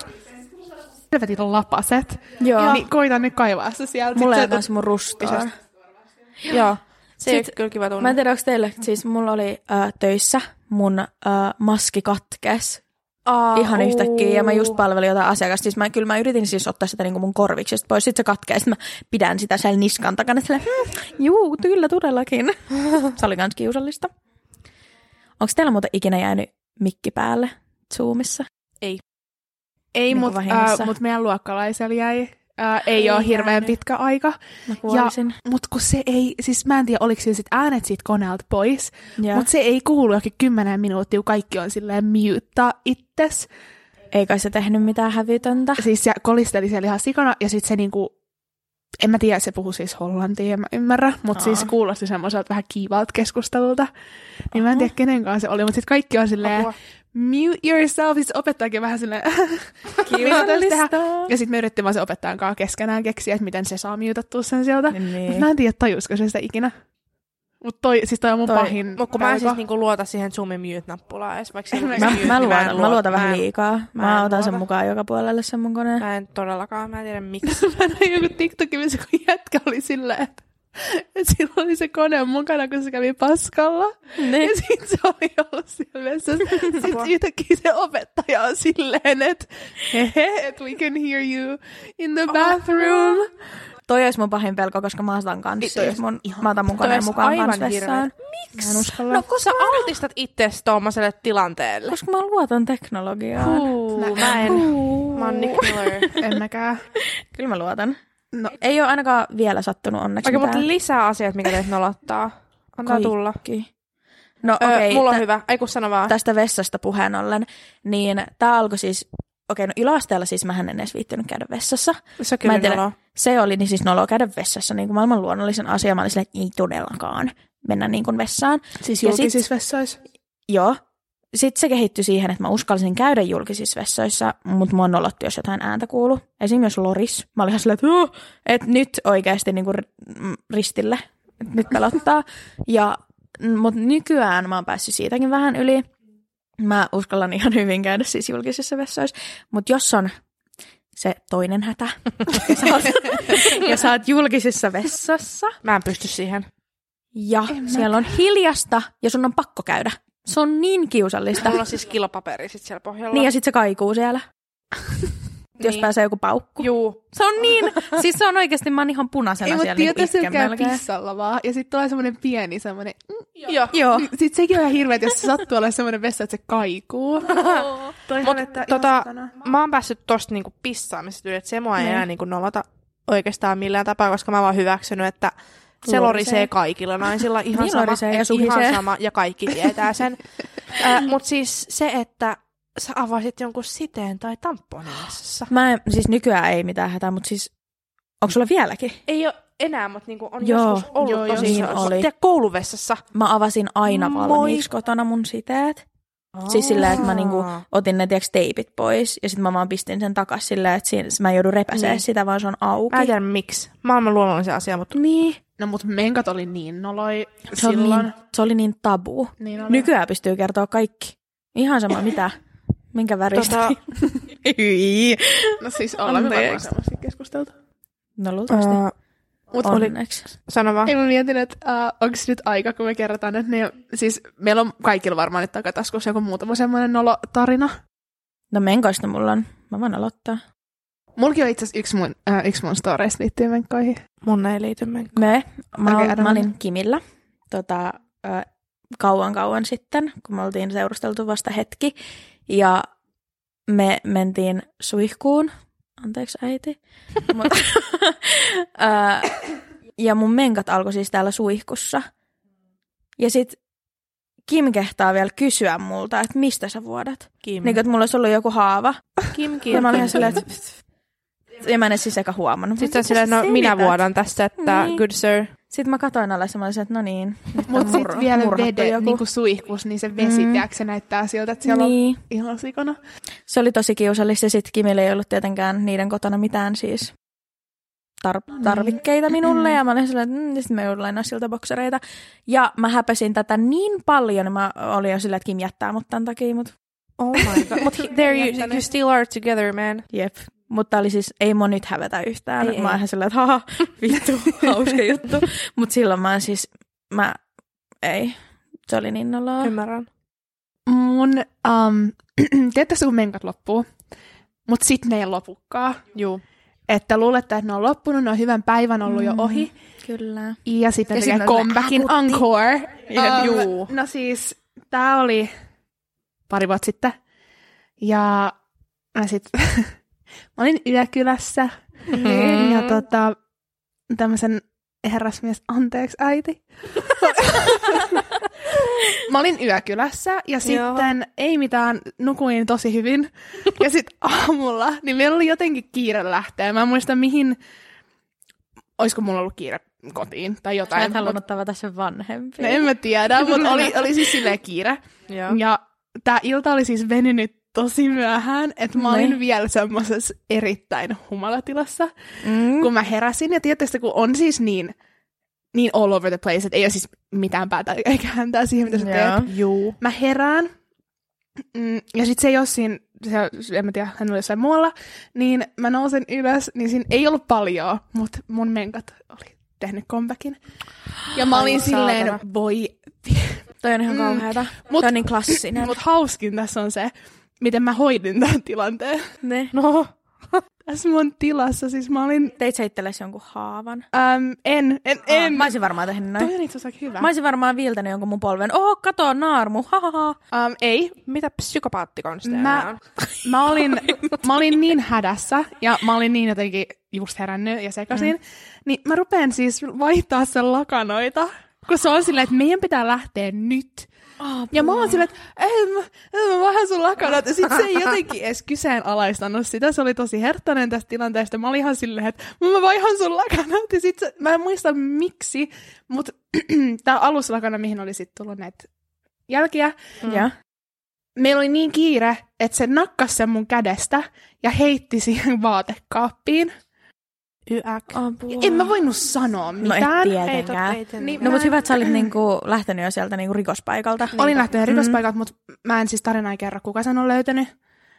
B: Helvetin lapaset.
A: joo,
B: Niin koitan nyt kaivaa se sieltä.
A: mulla ei
B: Sit sä-
A: kans mun
C: Siis
A: rustaa.
C: Joo. Se ei
A: Sit-
C: ole kyllä kiva
A: Mä en
C: tunne.
A: tiedä, onko teille,
B: Mm-hmm.
A: siis mulla oli äh, töissä mun äh, maski katkes
B: Ah,
C: Aa,
A: ihan
C: uu.
A: yhtäkkiä ja mä just palvelin jotain asiakasta. Siis mä, kyllä mä yritin siis ottaa sitä niinku mun korviksesta pois, sit se katkee, sit mä pidän sitä siellä niskan takana, silleen, hm, juu,
B: [LAUGHS]
A: kyllä todellakin. se oli kans kiusallista. Onko teillä muuten ikinä jäänyt mikki päälle Zoomissa?
B: Ei,
A: niinku
B: mutta
A: vahingossa.
B: äh, mut meidän luokkalaisella jäi. Äh, ei,
C: Ei
B: ei ole hirveän
C: jäänyt.
B: pitkä aika.
A: Mä kuolisin.
B: Mutta kun se ei, siis mä en tiedä, oliko sillä sit äänet siitä koneelta pois,
A: Ja,
B: mutta se ei kuulu johonkin kymmenen minuuttia, kun kaikki on silleen myyttää itses.
A: Ei kai se tehnyt mitään hävytöntä.
B: Siis se kolisteli siellä ihan sikana, ja sitten se niinku, en mä tiedä, se puhuu siis hollantia, en mä ymmärrä, mutta
A: Aa.
B: siis kuulosti semmoiselta vähän kiivalta keskustelulta. Niin mä en
A: Oho.
B: tiedä, kenen kanssa se oli, mutta sitten kaikki on silleen,
C: Apua.
B: mute yourself, siis opettajakin vähän silleen, [LAUGHS] mitä tässä
A: [LAUGHS]
B: tehdään? Ja sitten me yritettiin vaan se opettajan kanssa keskenään keksiä, että miten se saa miutattua sen sieltä. Niin.
A: Niin.
B: Mä en tiedä, tajusiko se sitä ikinä. Mutta toi, siis toi on mun
A: Toi-
B: toi, pahin
C: Mut kun mä en
B: pelko.
C: siis niinku luota siihen Zoomin mute-nappulaan
A: [LAUGHS]
C: edes, vaikka
B: En
C: siinä
A: Mä,
B: mäkään.
C: mute,
A: mä,
C: niin
A: luotan, mä
C: en
A: luotan
C: luota.
A: vähän
C: en-
A: liikaa. Mä,
C: mä en
A: otan sen
C: luota. Äh,
A: mukaan joka puolelle sen mun koneen.
C: Mä en todellakaan, mä en tiedä [LAUGHS] miksi.
B: Mä [LAUGHS] näin joku TikTokin, missä kun jätkä oli silleen, että että sillä oli se kone mukana, kun se kävi paskalla. [LAUGHS]
A: Niin.
B: Ja sit se oli ollut siellä vessassa. [LAUGHS]
C: Apua.
B: Sitten yhtäkkiä se opettaja on silleen, että hehe, että we can hear you in the bathroom.
A: Toi olisi mun pahin pelko, koska mä otan kans
B: Niin, toi
A: siis
B: olisi
A: mun, mä otan mun koneen
C: olisi
A: mukaan
C: aivan
A: kans vessaan.
B: Miksi? Mä en uskalla.
C: No kun sä altistat itseäsi tuommoiselle tilanteelle.
A: Koska mä luotan teknologiaan.
C: Huu, mä en. Mä oon Nick [LAUGHS] Miller.
B: en mäkään.
A: Kyllä mä luotan.
B: No.
A: Ei ole ainakaan vielä sattunut onneksi
C: Okei, mutta
A: mitään.
C: lisää asiat, mikä teitä nolottaa. Antaa
A: Kaikki.
C: tulla.
A: No
C: Öö,
A: okei,
C: mulla on
A: tä-
C: hyvä. Ei kun sano vaan.
A: tästä vessasta puheen ollen, niin tää alkoi siis okei, no yläasteella siis mä en edes viittynyt käydä vessassa.
C: Se
A: Mä
C: kyllä
A: en tiedä.
C: [LAUGHS] noloa.
A: Se oli niin siis noloa käydä vessassa niin kuin maailman luonnollisen asian. Mä olin silleen, että ei todellakaan mennä niin kuin vessaan.
B: Siis
A: Ja
B: julkisissa vessoissa.
A: Joo. Sitten se kehittyi siihen, että mä uskalsin käydä julkisissa vessoissa, mutta mua on nolottu, jos jotain ääntä kuuluu. Esimerkiksi Loris. Mä olin ihan silleen, että, "Huh!" että nyt oikeasti niinku ri- mm, ristille. Että nyt pelottaa. Ja, mutta nykyään mä oon päässyt siitäkin vähän yli. Mä uskallan ihan hyvin käydä siis julkisissa vessoissa. Mutta jos on se toinen hätä, sä oot, ja sä oot julkisessa vessassa,
C: Mä en pysty siihen.
A: ja siellä on hiljasta, ja sun on pakko käydä. Se on niin kiusallista.
C: Mulla on siis kilopaperi sit siellä pohjalla.
A: Niin ja sitten se kaikuu siellä, niin. jos pääsee joku paukku.
C: Juu.
A: Se on niin, siis se on oikeasti, mä oon ihan punaisena
B: Ei, mutta
A: siellä niinku
B: tietysti
A: itken
B: käy
A: melkein.
B: pissalla vaan. Ja sitten tulee semmoinen pieni semmoinen...
C: Joo.
A: Joo,
B: Sitten sekin on ihan hirveä, että jos se sattuu olla semmoinen vessa, että se kaikuu.
C: Mut tota, mä oon päässyt tosta niinku pissaamisesta yli, että se mua ei
A: Niin.
C: enää niinku nolota oikeastaan millään tapaa, koska mä oon vaan hyväksynyt, että
A: Lorisee.
C: se lorisee
A: [LAUGHS]
C: kaikilla naisilla ihan
A: Niin
C: sama.
A: lorisee ja
C: et
A: suhisee.
C: Ihan sama, ja kaikki
A: [LAUGHS]
C: tietää sen. äh, Mutta siis se, että sä avasit jonkun siteen tai tamponin vessassa.
A: mä en, siis nykyään ei mitään hätää, mutta siis, onko sulla vieläkin?
C: Ei ole enää, mutta niinku on
A: Joo,
C: joskus ollut
B: joo, joo.
C: tosi
A: Niin
C: iso-
A: oli.
C: Tiedä, kouluvessassa.
A: Mä avasin aina
C: Moi.
A: valmiiksi kotona mun siteet. Siis silleen, että mä niinku
C: Aa.
A: otin ne tiiäks, teipit pois ja sitten mä vaan pistin sen takas silleen, että siinä, mä en joudu repäsee
C: Niin.
A: niin. sitä, vaan se on auki.
C: Mä en tiedä miksi. Maailman luonnollinen asia, mutta
A: Niin.
B: No mut menkat oli niin noloi
A: Se, on
B: silloin.
A: niin, se oli niin tabu.
B: Niin oli.
A: Nykyään pystyy kertoa kaikki. Ihan sama mitä. Minkä väristä.
C: tota,
A: Hyi.
B: No siis ollaan me varmaan
A: Anteeksi.
B: semmoisesti keskusteltu.
A: [LAUGHS] no luultavasti.
C: ää,
B: Mut oli,
A: Onneksi.
C: sano vaan.
B: ei mä mietin, että uh, onko nyt aika, kun me kerrotaan, että ne, siis meillä on kaikilla varmaan nyt takataskussa joku muutama semmoinen nolo tarina.
A: No menkoista mulla on. Mä voin aloittaa.
B: Mulki on itse asiassa yksi mun, uh, yksi mun stories liittyy menkkoihin.
C: Mun ei liity menkään.
A: Me, mä,
B: Okei,
A: okay,
B: anna
A: mä olin
B: mennä.
A: Kimillä tota, ö, kauan kauan sitten, kun me oltiin seurusteltu vasta hetki. Ja me mentiin suihkuun. Anteeksi
C: [LAUGHS]
A: äiti. Mut, ö, ja mun menkat alkoi siis täällä suihkussa. Ja sit Kim kehtaa vielä kysyä multa, että mistä sä vuodat.
C: Kim.
A: Niin, kuin, että mulla olisi ollut joku haava.
C: Kim, Kim,
A: Ja mä olin
C: Kim,
A: ihan silleen,
C: Kim.
A: että en mä en edes siis eka huomannut.
C: Sitten on
A: Mitä sä
C: silleen, no minä
A: selität?
C: vuodan tässä, että
A: Niin.
C: good sir.
A: Sitten mä katoin alas ja mä olisin, että no niin. nyt on
B: Mutta
A: murro-
B: sitten vielä
A: murhattu
B: vede,
A: joku.
B: niin kuin suihkus, niin se vesi,
A: Mm.
B: mm. se näyttää siltä, että siellä niin. on
A: niin.
B: ihan sikana.
A: Se oli tosi kiusallista ja sitten Kimillä ei ollut tietenkään niiden kotona mitään siis tar- tarvikkeita minulle ja mä olin silleen, että mm, sitten me joudun lainaa siltä boksereita. Ja mä häpesin tätä niin paljon, että mä olin jo silleen, että Kim jättää mut tämän takia, mutta
C: Oh my god. Mut there you, you still are together, man.
A: [LAUGHS] jep. Mutta oli siis, ei mua nyt hävetä yhtään.
C: Ei,
A: Ei, mä oon
C: ei.
A: ihan silleen, että haha, [LAUGHS] vittu, hauska juttu. Mutta silloin mä siis, mä, ei, se oli niin noloa.
C: Ymmärrän.
B: Mun, [CLEARS THROAT] um, tiedätkö kun menkat loppuu, mutta sitten ne ei lopukkaa.
C: Juu.
B: Että luulette, että ne on loppunut, ne on hyvän päivän ollut jo ohi.
A: Kyllä.
B: Ja sitten
A: Ja
B: ne
A: sit
B: tekee
A: ne on
B: comebackin encore.
A: Ja
B: Um,
C: juu.
B: No siis, tää oli pari vuotta sitten. Ja mä sit, [LAUGHS] mä olin yökylässä.
C: Mhm.
A: Mm.
B: Ja tota, tämmösen herrasmies, anteeksi
A: [LAUGHS]
B: äiti. mä olin yökylässä ja sitten ei mitään, nukuin tosi hyvin. Ja
A: [LAUGHS]
B: sitten aamulla, niin meillä oli jotenkin kiire lähteä. Mä en muista mihin, olisiko mulla ollut kiire kotiin tai jotain.
A: Sä et halunnut tavata sen vanhempi.
B: No en mä tiedä, mutta oli,
A: [LAUGHS]
B: oli siis silleen kiire.
C: Joo.
B: Ja tämä ilta oli siis venynyt tosi myöhään, että mä olin
A: Noin.
B: vielä semmoisessa erittäin humalatilassa,
A: Mm.
B: kun mä heräsin. Ja tietysti kun on siis niin, niin all over the place, että ei ole siis mitään päätä eikä häntää siihen, mitä sä teet.
C: Juu.
B: Mä herään, mm, ja sitten se ei ole siinä, se, en mä tiedä, hän oli jossain muualla, niin mä nousen ylös, niin siinä ei ollut paljon, mutta mun menkat oli tehnyt comebackin. Ja mä
C: Ai
B: olin
C: saatana.
B: silleen, voi
A: Toi on ihan
B: Mm.
A: kauheata.
B: Mut-
A: Toi on niin klassinen.
B: Mutta hauskin tässä on se, miten mä hoidin tämän tilanteen.
A: ne.
B: No. Tässä mun tilassa, siis mä olin...
A: Teit sä itsellesi jonkun haavan?
B: Äm, en, en,
A: Aa,
B: en.
A: Mä olisin varmaan tehnyt
B: Toi
A: näin.
B: on itse asiassa aika hyvä.
A: Mä olisin varmaan viiltänyt jonkun mun polven. Oho, kato, naarmu, hahaha.
B: Äm, ei,
C: Mitä psykopaattikonsteja
B: Mä-
C: mä... on?
B: mä olin, mä olin niin hädässä ja mä olin niin jotenkin just herännyt ja sekaisin, mm. niin mä rupean siis vaihtaa sen lakanoita, kun se on silleen, että meidän pitää lähteä nyt. Ja mä oon silleen, että ei mä, ei mä vähän sun lakanat. Ja sit se ei jotenkin edes kyseenalaistanut sitä. Se oli tosi herttainen tästä tilanteesta. Mä olin ihan silleen, että mä vaihan sun lakanat. Ja sit se, mä en muista miksi, mutta [CLEARS THROAT] tää aluslakana, mihin oli sit tullut näitä jälkiä.
A: Ja.
B: Meillä oli niin kiire, että se nakkas sen mun kädestä ja heitti siihen vaatekaappiin.
C: Yäk.
A: Apua.
B: En mä voinut sanoa
A: No et
B: mitään.
A: tietenkään.
B: Niin,
A: No
B: mä
A: mutta
B: en-
A: hyvä, että sä olit niinku lähtenyt jo sieltä niinku rikospaikalta.
B: Olin lähtenyt
A: Mm-hmm.
B: rikospaikalta, mutta mä en siis tarinaa ei kerro, kuka sen on löytänyt.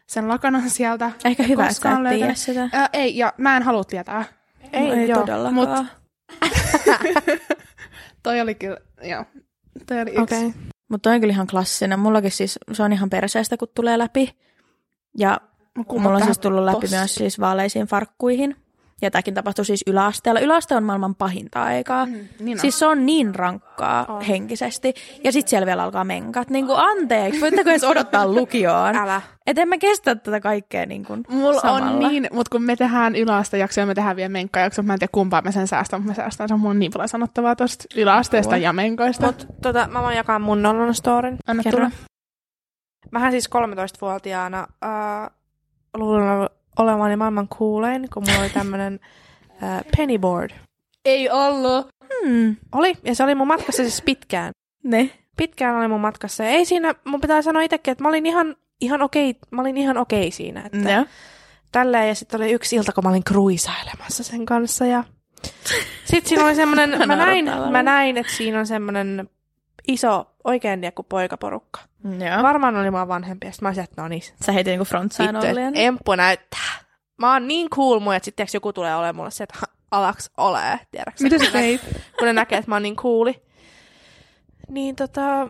B: Sen lakanan sieltä.
A: Mm. Ehkä hyvä, että sä
B: koskaan
A: et tiedä
B: löytänyt.
A: sitä.
B: Ää, ei, ja mä en halua tietää.
A: Ei, no, ei
C: joo.
A: todellakaan.
B: mut-
A: Mutta
B: Toi oli kyllä, joo. Toi oli yksi.
C: Okei.
A: mut toi on kyllä ihan klassinen. Mullakin siis, se on ihan perseestä, kun tulee läpi. Ja
B: Okay.
A: mulla on siis tullut läpi myös siis vaaleisiin farkkuihin. Ja tämäkin tapahtui siis yläasteella. Yläaste on maailman pahinta aikaa.
B: Mm, niin on.
A: Siis se on niin rankkaa
C: On.
A: henkisesti. Ja sitten siellä vielä alkaa menkat. Niin kuin, anteeksi, voitteko edes odottaa lukioon?
C: Älä.
A: Et en mä kestä tätä kaikkea niin kuin
B: Mulla
A: samalla.
B: on niin, mutta kun me tehdään yläastejaksoja, me tehdään vielä menkkajaksoja, mä en tiedä kumpaa mä sen säästän, mutta mä säästän sen. Mulla on niin paljon sanottavaa tosta yläasteesta
A: Apua.
B: ja menkoista.
C: Mut tota, mä voin jakaa mun nollon storin.
B: Anna
A: Kerro.
B: tulla.
C: Mähän siis 13-vuotiaana äh, luulin olevani maailman kuulein, kun mulla oli tämmönen äh, pennyboard.
B: Ei ollut.
A: Hmm.
C: Oli, ja se oli mun matkassa siis pitkään.
A: Ne.
C: Pitkään oli mun matkassa. Ja ei siinä, mun pitää sanoa itsekin, että mä olin ihan, ihan okei, mä olin ihan okei siinä. Että
A: No.
C: Tälleen, ja sitten oli yksi ilta, kun mä olin kruisailemassa sen kanssa. Ja... Sitten siinä oli semmoinen,
A: [LAUGHS]
C: mä
A: Mä
C: näin,
A: naurattaa
C: mä
A: vähän.
C: näin, että siinä on semmoinen iso, oikein joku poikaporukka.
A: Joo.
C: Varmaan oli mua vanhempi, ja sitten mä olin, että no niin,
A: Sä heitit niinku frontside
C: vittu, että
A: olleen.
C: emppu näyttää. Mä oon niin cool mun, että sitten joku tulee olemaan mulle se, että "Ha, alaks ole, tiedäks?
B: Mitä
C: kun
B: sä
C: ne-
B: teit?
C: Kun ne näkee, että mä oon niin cooli. Niin tota,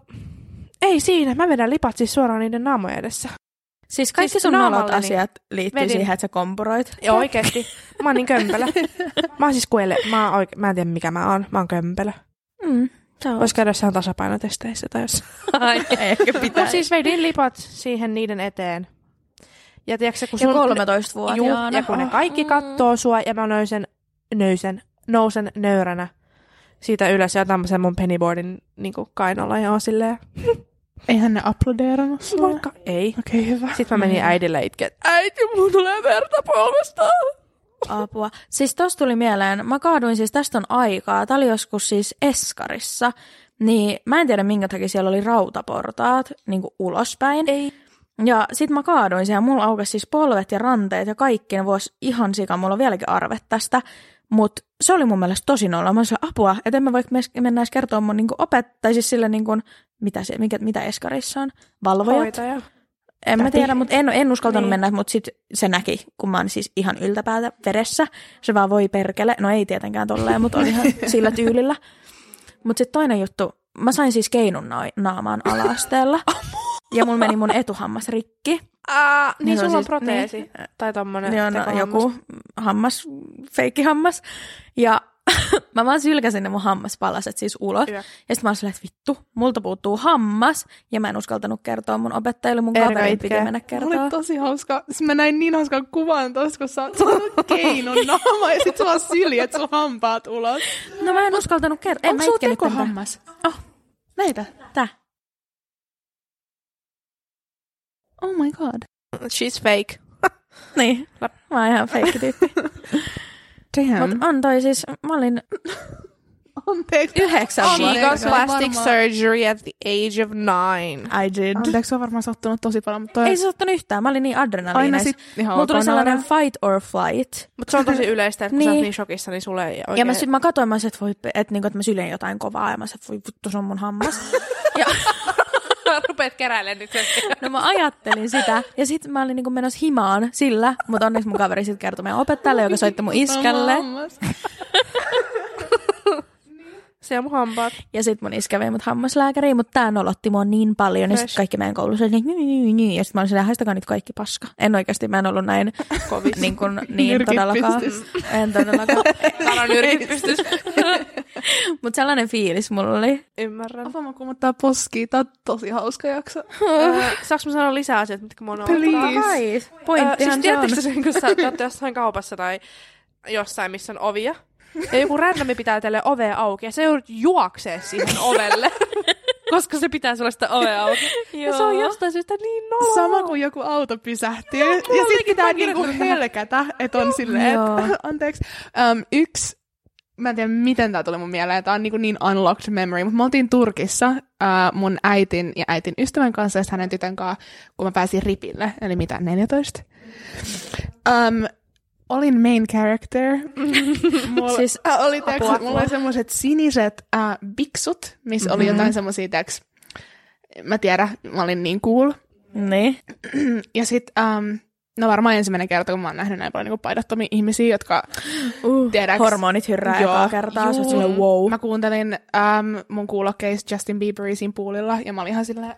C: ei siinä, mä vedän lipat siis suoraan niiden naamojen edessä.
A: Siis kaikki
C: Siis
A: sun nolot
C: naamalleni.
A: asiat liittyy
C: Vedin.
A: siihen, että sä kompuroit.
C: Ja oikeesti, mä oon niin kömpelä. Mä oon siis kuele, mä, oon oike- mä en tiedä mikä mä oon, mä oon kömpelä. [LAUGHS]
A: Mm. Sä oot.
C: Vois käydä jossain tasapainotesteissä tai jossain.
A: Ehkä
C: Mut
A: pitää.
C: siis vedin lipat siihen niiden eteen. Ja tiedätkö, se, siis kun
A: ja
C: sun...
A: 13-vuotiaana.
C: ja kun ne kaikki
A: Hmm.
B: Mm.
C: kattoo sua ja mä nousen, nöysen, nousen nöyränä siitä ylös ja tämmöisen mun pennyboardin niin kainolla ja on silleen,
B: Eihän ne aplodeerannut sulle. Okei,
C: moikka, ei.
B: okay, hyvä.
C: Sitten mä menin äidille itken, että äiti, mulla tulee verta polvesta.
A: Apua. Siis tosta tuli mieleen, mä kaaduin siis, tästä on aikaa, tää oli joskus siis Eskarissa, niin mä en tiedä minkä takia siellä oli rautaportaat niin kuin ulospäin.
C: Ei.
A: Ja sit mä kaaduin siellä, mulla aukesi siis polvet ja ranteet ja kaikki, ne vuosi ihan sika, mulla on vieläkin arve tästä. Mut se oli mun mielestä tosi nolla. Mä sanoin, apua, että en mä voi mes- mennä edes kertoa mun niinku opet- tai siis sille niinku, mitä, se, mikä, mitä Eskarissa on, valvojat.
C: Hoitaja.
A: En mä
B: Täti.
A: tiedä, mutta en, en uskaltanut
C: Niin.
A: niin. mennä, mutta sit se näki, kun mä oon siis ihan yltäpäätä veressä. Se vaan voi perkele. No ei tietenkään tolleen, mutta oli ihan sillä tyylillä. Mutta sitten toinen juttu. Mä sain siis keinun na- naamaan alaasteella. ja mulla meni mun etuhammas rikki.
C: Ää, niin
A: Niin se on
C: sulla on
A: siis-
C: proteesi.
A: niin.
C: Tai tommonen.
A: Ne on
C: tekohammas.
A: joku hammas, feikkihammas. Ja [LAUGHS] mä vaan sylkäsin ne mun hammaspalaset siis ulos.
C: Yö.
A: Ja sitten mä olin silleen, että vittu, multa puuttuu hammas. Ja mä en uskaltanut kertoa mun opettajille, mun
C: Erika
A: kaverin piti
C: itkee.
A: mennä
B: Mulla
A: kertoa.
B: oli tosi hauska, siis mä näin niin hauskan kuvan tosta, kun sä oot saanut keinun naama ja sit sulla syljet sun hampaat ulos.
A: No mä en uskaltanut kertoa. En mä
B: sulla
A: itkenyt tätä.
B: tekohammas? Oh, näitä.
A: Tää.
B: Oh my god.
C: She's fake. [LAUGHS]
A: Niin. Mä oon ihan feikki tyyppi.
B: Damn.
A: Mut on toi siis, mä olin
B: anteeksi.
A: yhdeksän
B: On
C: She
B: Anteeksi,
C: got
B: se on
C: plastic
B: varmaan-
C: surgery at the age of nine.
A: I did.
B: Anteeksi, se on varmaan sattunut tosi paljon, mutta toi
A: Ei se ottanut yhtään, mä olin niin
B: aina
A: adrenaliineissa.
B: sit ihan
A: Mulla tuli
B: ok
A: sellainen
B: nauraa.
A: fight or flight.
C: Mutta se on tosi yleistä, että kun sä oot
A: Niin.
C: niin shokissa, niin sulle ei oikein...
A: Ja mä, sit, mä katsoin, mä sanoin, että, voi, että, niinku, että mä sylen jotain kovaa. Ja mä sanoin, että voi vittu, se on mun hammas. ja
C: [LAUGHS] rupeat keräilemään nyt.
A: no mä ajattelin sitä. Ja sitten mä olin niinku menossa himaan sillä. Mutta onneksi mun kaveri sitten kertoi meidän opettajalle, joka soitti mun iskälle.
B: Hammas.
C: Se on mun hampaat.
A: Ja sit mun iskä vei mut hammaslääkäriin, mutta tää nolotti mua niin paljon. Ja sit
C: Fresh.
A: kaikki meidän koulussa oli niin, niin, niin, niin. Ja sit mä olin silleen, haistakaa nyt kaikki paska. En oikeasti, mä en ollut näin
B: [LAUGHS]
A: kovin [LAUGHS] niin, kuin, niin
B: Nyrkit
A: todellakaan.
B: pistys.
A: En todellakaan. [LAUGHS]
C: Sano nyrkit pystyssä.
A: Mut sellainen fiilis mulla oli.
C: Ymmärrän.
B: Apua, mä kummottaa poskii. Tää on tosi hauska jakso.
C: Öö, Saanko mä sanoa lisää asioita, mitkä mun on
B: Please.
A: Right.
C: Öö,
A: Pointtihan
C: siis
A: se on.
C: tiedättekö sen, kun sä te ootte jossain kaupassa tai jossain, missä on ovia. Ja joku randomi pitää teille ovea auki ja sä joudut juoksee siihen ovelle. [LAUGHS] koska se pitää sellaista ovea auki. ja se on jostain syystä niin noloa.
B: Sama kuin joku auto pysähtyy. ja sitten pitää niinku helkätä, että on silleen, [LAUGHS]
A: Joo.
B: että anteeksi. Öm, yksi, mä en tiedä miten tää tuli mun mieleen, tää on niinku niin unlocked memory, mutta me oltiin Turkissa ää, mun äitin ja äitin ystävän kanssa ja sit hänen tytön kanssa, kun mä pääsin ripille, eli mitä, 14. Öm, olin main character. mulla,
A: Siis,
B: siis, äh, oli, tiiäks,
A: apua,
B: mulla
A: apua.
B: oli semmoiset siniset äh, biksut, missä mm-hmm. oli jotain semmoisia, tiiäks, mä tiedä, mä olin niin cool.
A: Niin.
B: Ja sit, um, no varmaan ensimmäinen kerta, kun mä oon nähnyt näin paljon niin paidattomia ihmisiä, jotka...
A: Uh,
B: Tiedäks-
A: hormonit hyrrää
B: Joo.
A: joka kertaa. Sä oot
B: Juu.
A: silleen, wow.
B: Mä kuuntelin um, mun kuulokkeissa Justin Bieberin siinä puulilla, ja mä olin ihan
A: [LAUGHS]
B: silleen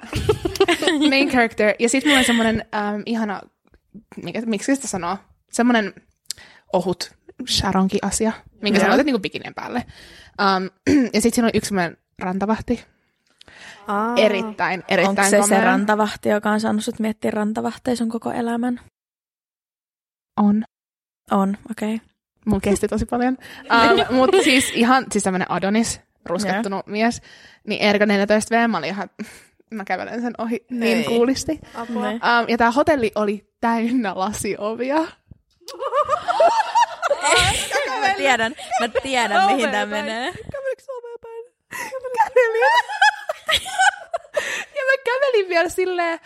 B: main character. Ja sit mulla oli semmonen um, ihana, mikä, miksi sitä sanoo? Semmonen ohut sharonki asia, minkä sä
A: Joo.
B: laitat niinku bikinien päälle. Um, [CLEARS THROAT] ja sit siinä oli yksi semmonen rantavahti.
C: Aa.
B: Erittäin, erittäin
A: Onko se se
B: komea.
A: rantavahti, joka on saanut sut miettiä rantavahteja sun koko elämän?
B: On.
A: On, okei.
B: Niin
A: Okay.
B: Mulla kesti tosi paljon. Um, Mutta siis ihan siis tämmönen Adonis, ruskettunut yeah. mies. Niin Erka 14V, mä olin ihan, mä kävelen sen ohi
C: Ei.
B: niin kuulisti.
C: Apua.
A: Ne.
B: Um, ja tää hotelli oli täynnä lasiovia.
A: Mä tiedän, mä tiedän mihin tää
C: Oveen päin.
A: menee.
B: Kävelikö Suomeen päin? Kävelin. [LAUGHS] ja mä kävelin vielä silleen,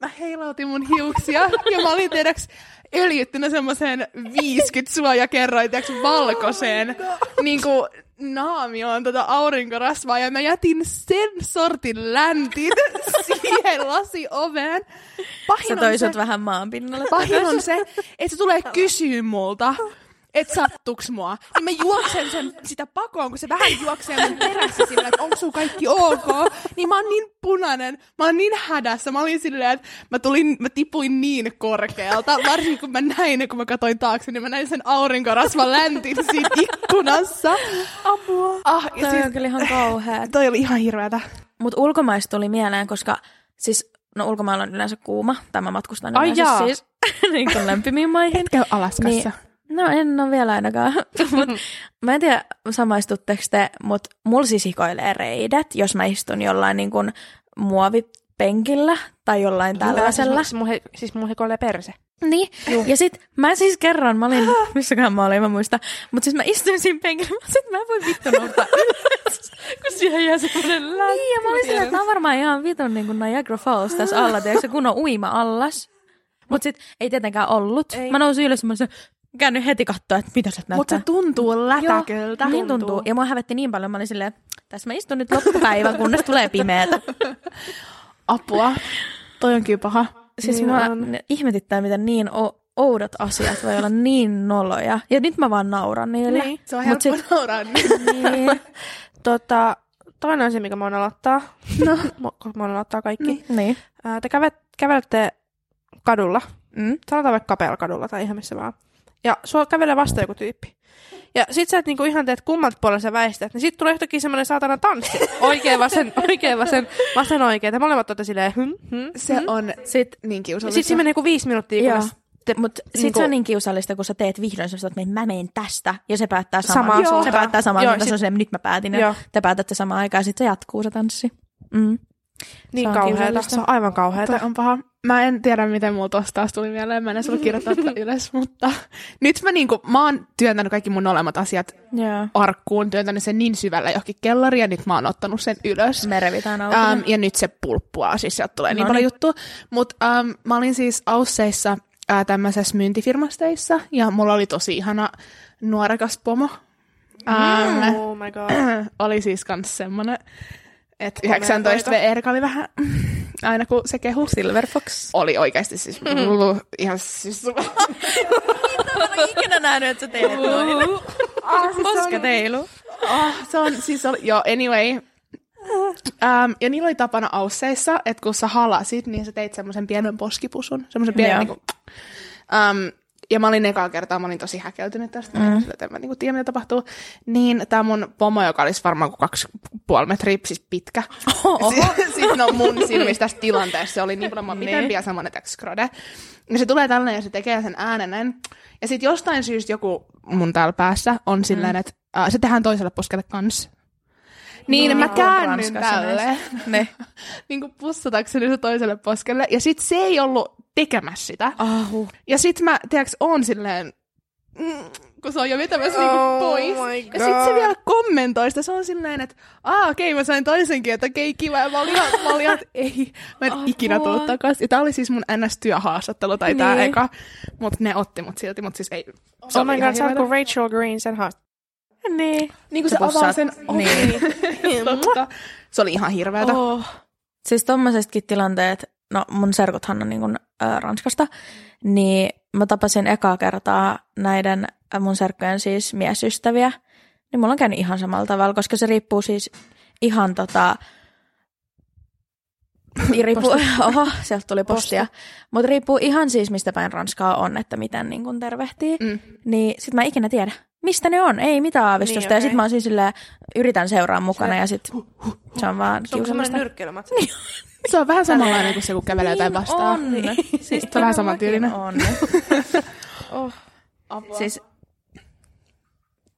B: mä heilautin mun hiuksia ja mä olin tiedäks öljyttynä semmoiseen 50 suojakerroin, tiedäks valkoiseen niinku naamioon tota aurinkorasvaa ja mä jätin sen sortin läntin [LAUGHS] siihen lasioveen. Pahin
A: Sä
B: on
A: toi
B: se-
A: sut vähän maan pinnalle.
B: Pahin on se, että se tulee kysyä multa, että sattuks mua. Niin mä juoksen sen, sitä pakoon, kun se vähän juoksee mun perässä sillä, että onko sun kaikki ok. Niin mä oon niin punainen, mä oon niin hädässä. Mä olin silleen, että mä, tulin, mä tipuin niin korkealta, varsinkin kun mä näin, kun mä katsoin taakse, niin mä näin sen aurinkorasvan läntin siinä ikkunassa. Apua. Ah, ja
A: Toi
B: siis,
A: on kyllä ihan kauhea.
B: toi oli ihan hirveätä.
A: Mutta ulkomaista tuli mieleen, koska siis, no ulkomailla on yleensä kuuma, tai mä matkustan
C: Ai
A: yleensä
C: jaa.
A: siis [LAUGHS] niin kuin lämpimiin maihin.
B: Käy Alaskassa. Niin.
A: No en ole vielä ainakaan, [LAUGHS]
C: [LAUGHS]
A: mut mä en tiedä samaistutteko te, mutta mulla siis hikoilee reidet, jos mä istun jollain niin kuin muovipenkillä tai jollain tällaisella.
C: Siis mun, he, siis mun hekoilee perse.
A: Niin, Juh. ja sit mä siis kerran, mä [GASPS] olin, missäköhän mä olin, mä muista, mutta siis mä istuin siinä penkillä, mä sit mä en voi vittu nousta ylös, [LAUGHS] kun siihen jää semmonen lätty. Niin, ja mä olin sillä, että tää on varmaan ihan vitun niin kuin Niagara Falls tässä alla, tiedätkö, kun on uima-allas. Mut sit ei tietenkään ollut. Ei. Mä nousin ylös, mä olisin käynyt heti katsoa, että mitä sä näyttää.
B: Mutta se tuntuu lätäköltä.
A: Niin tuntuu. Ja mua hävetti niin paljon, mä olin silleen, tässä mä istun nyt loppupäivän, kunnes tulee pimeätä.
B: Apua. Toi on kyllä paha.
A: Siis niin
C: Niin
A: mä
C: on.
A: ihmetyttää, miten niin o- oudot asiat voi olla niin noloja. Ja nyt mä vaan nauran niille.
C: Niin.
B: Se on
A: Mut
B: helppo [LAUGHS] nauraa nyt.
A: Niin.
C: Tota, toinen asia, mikä mä oon aloittaa, [LAUGHS] no. koska mä oon aloittaa kaikki. Niin.
A: [LAUGHS] niin.
C: Ää, te kävet, kävelette kadulla,
A: Mm.
C: sanotaan vaikka kapealla kadulla tai ihan missä vaan. Ja sua kävelee vasta joku tyyppi. Ja sit sä et niinku ihan teet kummalta puolella sä väistät, niin sit tulee yhtäkkiä semmoinen saatana tanssi. Oikein
A: [LAUGHS]
C: vasen, oikein vasen, vasen oikein. Te molemmat olette silleen, hm, hm.
B: Se on
A: Sit,
B: niin
C: Ja
B: kiusallista.
C: sit siinä menee joku viisi minuuttia,
A: joo.
C: kunnes te,
A: Mut sit
C: niinku-
A: se on niin kiusallista, kun sä teet vihdoin semmoista, että mä menen tästä, ja se päättää samaan.
C: Samaan
A: Joo. Se
C: suuntaan.
A: päättää samaan,
C: Joo,
A: joo, sit...
C: sit-
A: on se, nyt mä päätin, ja
C: Joo.
A: te päätätte samaan aikaan, ja sit se jatkuu se tanssi. Mm.
C: niin
A: on
C: kauheeta.
A: kiusallista.
C: Se on aivan kauheeta.
B: Toi on paha. Mä en tiedä, miten mulla tosta taas tuli mieleen. Mä en edes ollut kirjoittanut [LAUGHS] tätä ylös, mutta nyt mä, niinku, mä oon työntänyt kaikki mun olemat asiat
A: Joo.
B: arkkuun, työntänyt sen niin syvällä johonkin kellariin, ja nyt mä oon ottanut sen ylös.
A: Me revitään auki.
B: Um, ja nyt se pulppua, siis sieltä tulee niin
A: Noniin.
B: paljon juttua. Mutta um, mä olin siis Ausseissa ää, tämmöisessä myyntifirmasteissa, ja mulla oli tosi ihana nuorekas pomo. Um,
C: Oh my
A: [CLEARS THROAT]
C: god.
B: oli siis kans semmonen, että
C: Komea
B: 19 V
C: poika.
B: Erika oli vähän [LAUGHS] aina kun se kehu.
A: Silver Fox.
B: Oli oikeasti siis ihan siis
A: Mä en ole ikinä nähnyt, että sä teet [LAUGHS] noin.
B: Ah, siis
A: Kosketeilu.
B: oh, se on siis oli, joo anyway. Um, ja niillä oli tapana ausseissa, että kun sä halasit, niin sä teit semmoisen pienen poskipusun, semmoisen pienen
A: Joo.
B: niinku, um, ja mä olin ekaa kertaa, mä olin tosi häkeltynyt tästä, mm. että en mä niinku tiedä, mitä tapahtuu. Niin tää mun pomo, joka olisi varmaan kuin kaksi puoli metriä, siis pitkä. [LAUGHS]
A: Oho.
B: Si- siis no mun silmissä tässä tilanteessa se oli niin paljon mua
A: Niin.
B: pitempi ja semmoinen täks skrode. Ja Niin se tulee tällainen ja se tekee sen äänenen. Ja sitten jostain
A: Mm.
B: syystä joku mun täällä päässä on silleen, että äh, se tehdään toiselle poskelle kans. Niin,
A: Mulla
B: mä
A: on niinku
B: käännyn
A: ranska
B: tälle.
A: Ne.
B: [LAUGHS] niin kuin pussatakseni se toiselle poskelle. Ja sit se ei ollut tekemässä sitä.
A: Ahu.
B: Ja sit mä, tiedäks, oon silleen, mm, kun se on jo vetämässä
C: Oh
B: niinku pois.
C: my
B: Ja sit se
C: God.
B: vielä kommentoi sitä. Se on silleen, että aa okei, mä sain toisenkin, että okei, kiva. Ja mä olin, ihan- mä olin, ihan, että ei, mä en
A: Apua.
B: ikinä tuu takas. Ja tää oli siis mun NS-työhaastattelu tai tää
A: Niin.
B: eka. Mut ne otti mut silti, mut siis ei. Se
C: Oh
B: oli
C: my
B: ihan
C: god, sä oot
B: hirveetä.
C: kuin Rachel Green sen haast.
A: Niin.
B: Niin kun se,
A: Sä
B: avaa
A: pussaat.
B: sen oven. [LAUGHS]
A: Niin.
B: Totta. Se oli ihan hirveetä.
A: Oh. Siis tommosetkin tilanteet, no mun serkuthan on niin kuin, äh, Ranskasta, niin mä tapasin ekaa kertaa näiden äh, mun serkkujen siis miesystäviä, niin mulla on käynyt ihan samalla tavalla, koska se riippuu siis ihan tota... Riippuu, [LAUGHS] oho, sieltä tuli postia. Mutta riippuu ihan siis, mistä päin Ranskaa on, että miten niin kun tervehtii.
B: Mm.
A: Niin sit mä en ikinä tiedä, mistä ne on. Ei mitään aavistusta.
C: Niin,
A: Ja sit
C: okei.
A: mä oon siis silleen, yritän seuraa mukana ja sit se on vaan
C: Se on semmoinen
A: kiusaamista.
C: nyrkkeilymatsi.
A: Niin,
B: Se on vähän samanlainen kuin se, kun kävelee jotain vastaan.
A: on.
C: Niin
A: Siis
B: Se on vähän samantyylinen.
A: [LAUGHS] On. oh. Siis,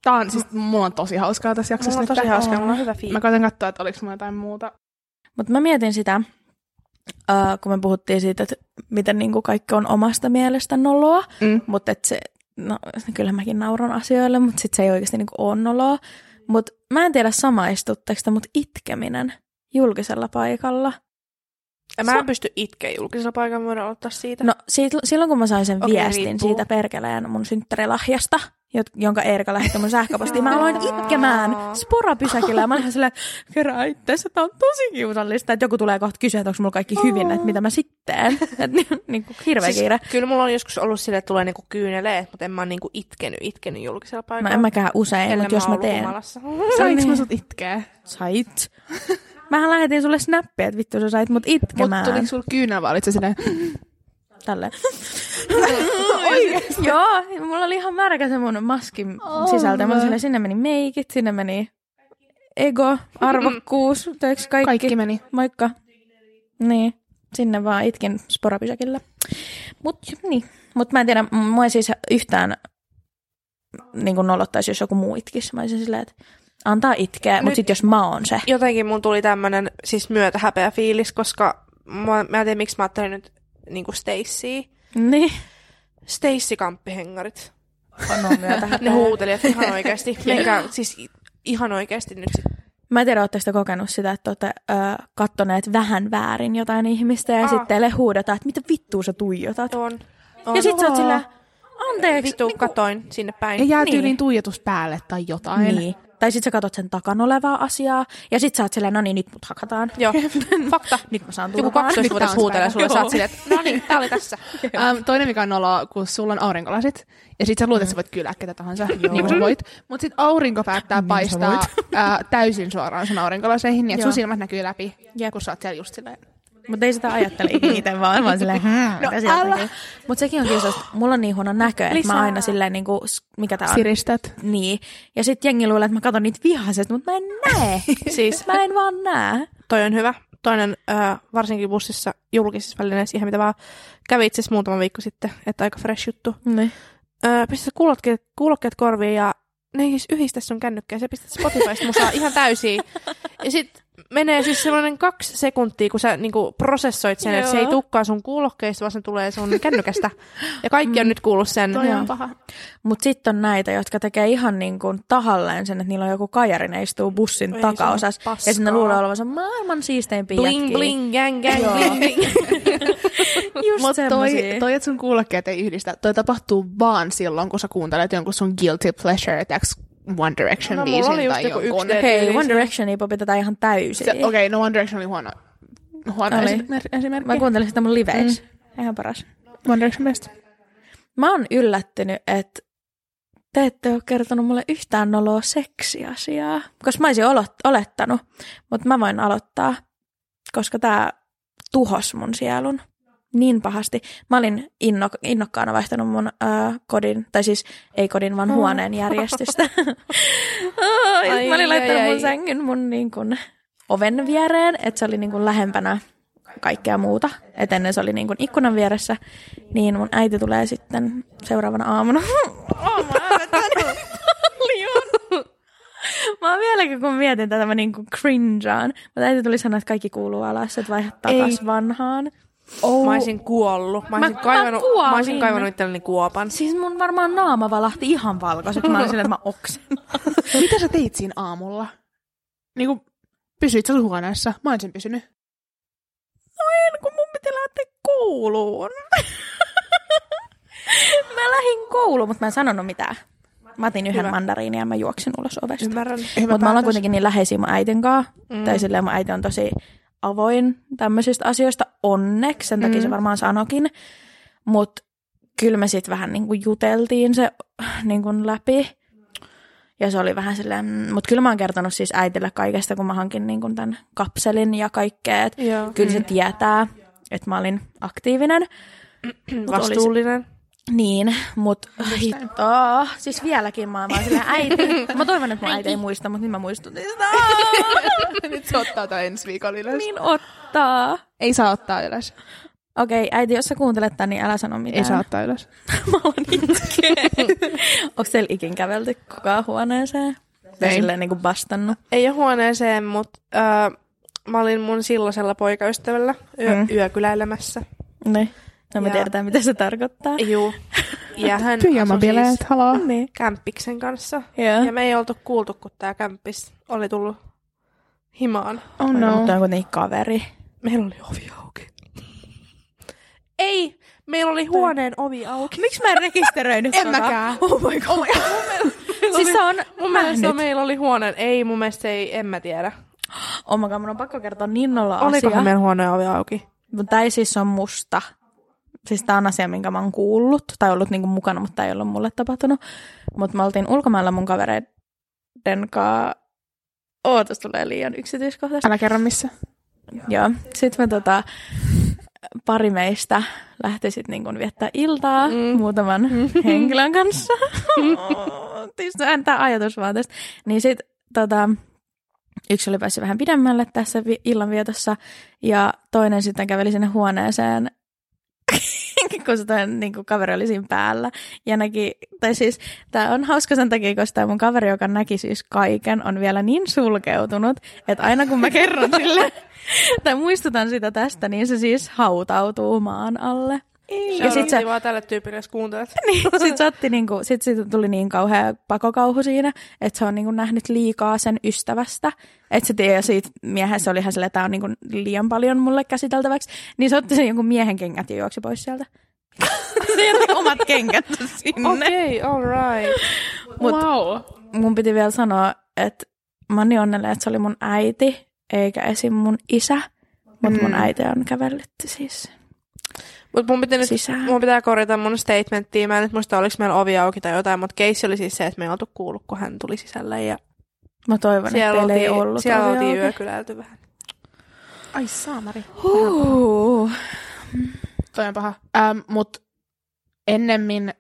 B: Tää on, siis mulla on tosi hauskaa tässä jaksossa.
C: Mulla on
B: nyt.
C: tosi hauskaa,
B: Oo.
C: mulla on hyvä fiilis.
B: Mä koitan katsoa, että oliko mulla jotain muuta.
A: mutta mä mietin sitä, äh, kun me puhuttiin siitä, että miten niin kuin kaikki on omasta mielestä noloa,
B: Mm.
A: mutta et se, no kyllä mäkin nauran asioille, mutta sit se ei oikeasti niin kuin ole noloa. Mutta mä en tiedä samaistutteko te, mutta itkeminen julkisella paikalla.
C: Ja Mä en pysty itkeä julkisella paikalla, voidaan ottaa siitä.
A: No siitä, silloin kun mä sain sen
C: Okei,
A: okay, viestin
C: riippuu.
A: riippuu. siitä perkeleen mun synttärilahjasta, jot- jonka Erika lähetti mun sähköpostiin, mä aloin itkemään sporapysäkillä ja mä olin ihan silleen, kerää itseäsi, tää on tosi kiusallista, että joku tulee kohta kysyä, että onko mulla kaikki hyvin, että mitä mä [LAUGHS] sitten, että niin kuin hirveä kiire.
C: Siis Kyllä mulla on joskus ollut sille, että tulee niinku kyyneleet, mutta en mä oon niinku itkenyt, itkenyt julkisella
A: No
C: paikalla.
A: en mäkään usein,
C: ellen
A: mutta jos mä
C: ollut
A: teen,
C: Humalassa.
B: Sainko mä
A: niin.
B: sut itkeä?
A: sait. Mähän lähetin sulle snappia, että vittu sä sait mut
B: Mut
A: itkemään.
B: tuli sul kyynä vai olit sä silleen,
A: Tälle. No, [LAUGHS] Joo, mulla oli ihan märkä se mun maskin
B: Oh,
A: sisältö. Mulla
B: mä-
A: siellä, sinne meni meikit, sinne meni ego, arvokkuus, teeks kaikki.
B: kaikki meni.
A: Moikka. Niin, sinne vaan itkin sporapysäkillä. Mut, niin. Mut mä en tiedä, m- mua ei siis yhtään niin kuin nolottaisi, jos joku muu itkisi. Mä olisin silleen, että antaa itkeä,
C: Nyt-
A: mut sit jos mä oon se.
C: [LAUGHS] Jotenkin mun tuli tämmönen siis myötä häpeä fiilis, koska mä, mä en tiedä, miksi mä ajattelin nyt niinku Stacyä.
A: Niin.
C: Stacy kamppihengarit.
A: On myötä.
C: Ne huuteli,
A: [LAUGHS]
C: että ihan oikeasti. Menkää, siis i- ihan oikeasti nyt sit.
A: Mä en tiedä, ootteko te kokenut sitä, että olette ö, kattoneet vähän väärin jotain ihmistä ja
C: Aa.
A: sitten teille huudetaan, että mitä vittua sä tuijotat.
C: On. niinku on.
A: ja sitten sä oot
B: Aa.
A: sillä, anteeksi.
C: Vittu, katoin sinne päin.
B: Ja jää
A: Niin.
B: tyyliin tuijotus päälle tai jotain.
A: Niin. niin. Tai sitten sä katot sen takan olevaa asiaa ja sitten sä oot sillä, no niin, nyt mut hakataan. [LAUGHS]
C: Joo, fakta.
A: Nyt mä saan
C: Joku
A: turpaan.
C: 12-vuotias
B: Nyt
C: huutelee
B: taas
C: sulle,
B: päivä.
C: sä oot silleen, että no niin, tää oli
A: [LAUGHS]
C: tässä.
B: Um, toinen, mikä on noloa, kun sulla on aurinkolasit, ja sit sä luulet,
A: Mm.
B: että sä voit kylää ketä tahansa, niin kuin sä voit. Mut sit aurinko
A: Niin
B: päättää paistaa ää, täysin suoraan sun aurinkolaseihin, niin että sun
A: Joo.
B: silmät näkyy läpi,
A: Jep.
B: kun sä oot siellä just silleen.
A: Mutta ei sitä ajattele ikinä itse, vaan, vaan silleen, hmm, no,
B: älä.
A: Mutta sekin on kiusausta. Mulla on niin huono näkö, että mä
C: Lisää.
A: aina silleen, niin kuin, mikä tää on.
B: Siristät.
A: Niin. Ja sitten jengi luulee, että mä katon niitä vihaisesti, mutta mä en näe.
C: Siis
A: mä en vaan näe.
C: toi on hyvä. Toinen, äh, varsinkin bussissa, julkisissa välineissä, ihan mitä vaan kävi itse asiassa muutama viikko sitten, että aika fresh juttu.
A: Niin.
C: Öö, pistä kuulokkeet, kuulokkeet korviin ja ne ei siis yhdistä sun kännykkää. Sä pistät Spotifysta musaa ihan täysiin. Ja sit menee siis semmoinen kaksi sekuntia, kun sä niinku prosessoit sen, että se ei
A: Joo.
C: tukkaa sun kuulokkeista, vaan se tulee sun kännykästä. Ja kaikki on nyt kuullut sen.
B: Toi
A: Joo.
B: on paha.
A: Mutta sitten on näitä, jotka tekee ihan niin kuin tahalleen sen, että niillä on joku kajari, ne istuu bussin
C: Ei,
A: takaosassa.
C: se on paskaa.
A: Ja sinne luulee olevansa maailman siisteimpiä
C: Bling,
A: jätkiä.
C: bling, gang, gang,
A: Joo.
C: bling, bling.
A: Just
B: Mut toi,
A: semmosia.
B: toi, että sun kuulokkeet ei yhdistä, toi tapahtuu vaan silloin, kun sä kuuntelet jonkun sun guilty pleasure, täks One Direction
C: No, mulla
B: biisin
C: oli just
B: tai
C: joku
B: jonkun.
C: yksi
A: Hei,
C: Tyyli
A: One
C: siinä.
A: Directionia popitetaan ihan täysin.
B: Se- Okei, okay, no One Direction oli huono, huono
A: Oli.
B: esimer- esimerkki.
A: Mä kuuntelin sitä mun liveissä. Mm. Ihan paras.
B: One Direction best.
A: Mä oon yllättynyt, että te ette ole kertonut mulle yhtään noloa seksiasiaa, koska mä olisin olot, olettanut, mutta mä voin aloittaa, koska tämä tuhos mun sielun niin pahasti. Mä olin inno, innokkaana vaihtanut mun äh, kodin, tai siis ei kodin, vaan huoneen järjestystä.
C: [LAUGHS]
A: ai,
C: Mm. Ai,
A: mä olin laittanut
C: ai, ai.
A: mun sängyn mun niin kun, oven viereen, että se oli niin kun, lähempänä kaikkea muuta. Et ennen se oli niin kun, ikkunan vieressä, niin mun äiti tulee sitten [LAUGHS] seuraavana aamuna. oh, mä Mä oon vieläkin, kun mietin tätä, mä niinku cringeaan. Mutta äiti tuli sanoa, että kaikki kuuluu alas, että vaihda takas
C: Ei.
A: vanhaan.
C: Oh. Mä olisin kuollut. Mä olisin
A: Mä-
C: kaivannut,
A: mä kuolin.
C: mä olisin kaivannut itselleni kuopan.
A: Siis mun varmaan naama valahti ihan valkoiseksi. Mä olin silleen, että mä
C: [LAUGHS]
A: oksen.
B: [LAUGHS] Mitä sä teit siinä aamulla? Niinku, pysyit sä sun huoneessa? Mä olisin pysynyt.
A: en, kun mun piti lähteä kouluun. [LAUGHS] mä lähdin kouluun, mutta mä en sanonut mitään. Mä otin yhden
C: Hyvä.
A: mandariinin ja mä juoksin ulos ovesta.
C: Ymmärrän.
B: Hyvä
A: Mutta mä ollaan
B: päätös.
A: kuitenkin niin läheisiä mun äitin kanssa.
C: Mm.
A: Mm. Tai silleen mun äiti on tosi avoin tämmöisistä asioista onneksi. Sen takia
C: Mm.
A: se varmaan sanokin. Mutta kyllä me sitten vähän niin kuin juteltiin se niin kuin läpi. Ja se oli vähän silleen, mutta kyllä mä oon kertonut siis äitille kaikesta, kun mä hankin niin kuin tämän kapselin ja kaikkea. Et
C: Joo.
A: kyllä se tietää, että mä olin aktiivinen.
C: Vastuullinen.
A: Niin, mutta hittoa. Siis vieläkin mä oon vaan silleen, äiti. [LAUGHS] Mä toivon, että mun äiti Niin ei muista, mutta nyt mä muistutin [LAUGHS] sitä.
B: [LAUGHS] Nyt se ottaa tää ensi viikolla ylös.
A: [LAUGHS]
B: Niin.
A: Niin ottaa.
B: Ei saa ottaa ylös.
A: Okei, äiti, jos sä kuuntelet tän, niin älä sano mitään.
B: Ei saa
A: [LAUGHS]
B: ottaa ylös.
A: Mä oon [LAUGHS] itkeen. Onks teillä ikin kävelty kukaan huoneeseen?
B: Ei.
A: Ei. Silleen niinku vastannut.
C: Ei ole huoneeseen, mutta öö, mä olin mun silloisella poikaystävällä yö,
A: Mm.
C: mm. yökyläilemässä.
A: Niin. No me
C: Ja-
A: tiedetään, mitä se tarkoittaa.
C: [LAUGHS] Juu. Ja hän asui
B: Pyjamabileet,
C: siis
B: siis... haloo.
A: Niin.
C: kämppiksen kanssa.
A: Joo.
C: Ja me ei oltu kuultu, kun tää kämppis oli tullut himaan.
B: Oh
A: Mutta No. on kuitenkin kaveri.
C: Meillä oli ovi auki. Ei! Meillä oli huoneen ovi auki.
A: Miksi mä en rekisteröinyt
B: En mäkään.
A: Oh my god. siis se on
C: Mun mielestä meillä oli huoneen. Ei, mun mielestä ei, en mä tiedä.
A: Oh my god, mun on pakko kertoa niin nolla
C: Olikohan
A: asia.
C: meillä huoneen ovi auki?
A: Mutta tämä ei siis ole musta. Siis tämä on asia, minkä mä oon kuullut tai ollut niinku mukana, mutta tää ei ollut mulle tapahtunut. Mutta me oltiin ulkomailla mun kavereiden kanssa. Ootas tulee liian yksityiskohtaista.
B: Älä kerro missä.
A: Joo. Sitten me tota, pari meistä lähti sitten niinku viettää iltaa
C: Mm.
A: mm. muutaman henkilön kanssa. [LAUGHS] Tietysti tämä ajatus vaan tästä. Niin sitten tota, yksi oli päässyt vähän pidemmälle tässä vi- illanvietossa ja toinen sitten käveli sinne huoneeseen [LAUGHS] kun se toinen niin kuin kaveri oli siinä päällä. Ja näki, tai siis tämä on hauska sen takia, koska tämä mun kaveri, joka näki siis kaiken, on vielä niin sulkeutunut, että aina kun mä kerron sille tai muistutan sitä tästä, niin se siis hautautuu maan alle.
C: Ja sit Niin.
A: sit sä-
C: se... vaan tälle tyypille, jos kuuntelet.
A: Sitten se otti niinku, sit siitä tuli niin kauhea pakokauhu siinä, että se on niinku nähnyt liikaa sen ystävästä. Että se tiedä siitä miehessä oli ihan silleen, että tämä on niinku liian paljon mulle käsiteltäväksi. Niin se otti sen jonkun miehen kengät ja juoksi pois
C: [LAUGHS]
A: sieltä. se jätti omat kengät sinne. Okay.
C: Okei, okay, all right.
A: Mut-
B: wow.
A: Mun piti vielä sanoa, että mä oon niin onnellinen, että se oli mun äiti, eikä esim. mun isä. Mutta mun
B: Mm.
A: äiti on kävellyt siis
C: Mut mun, pitää nyt,
A: sisään.
C: mun pitää korjata mun statementtia. Mä en nyt muista, oliko meillä ovi auki tai jotain, mutta keissi oli siis se, että me ei oltu kuullut, kun hän tuli sisälle. Ja
A: Mä toivon, että
C: siellä
A: teillä ei
C: oltiin,
A: ollut.
C: siellä
A: ovea
C: oltiin
A: auki.
C: yökyläilty vähän.
B: Ai saamari. Mm.
A: Huh.
B: Toi on paha. Ähm, mut ennemmin...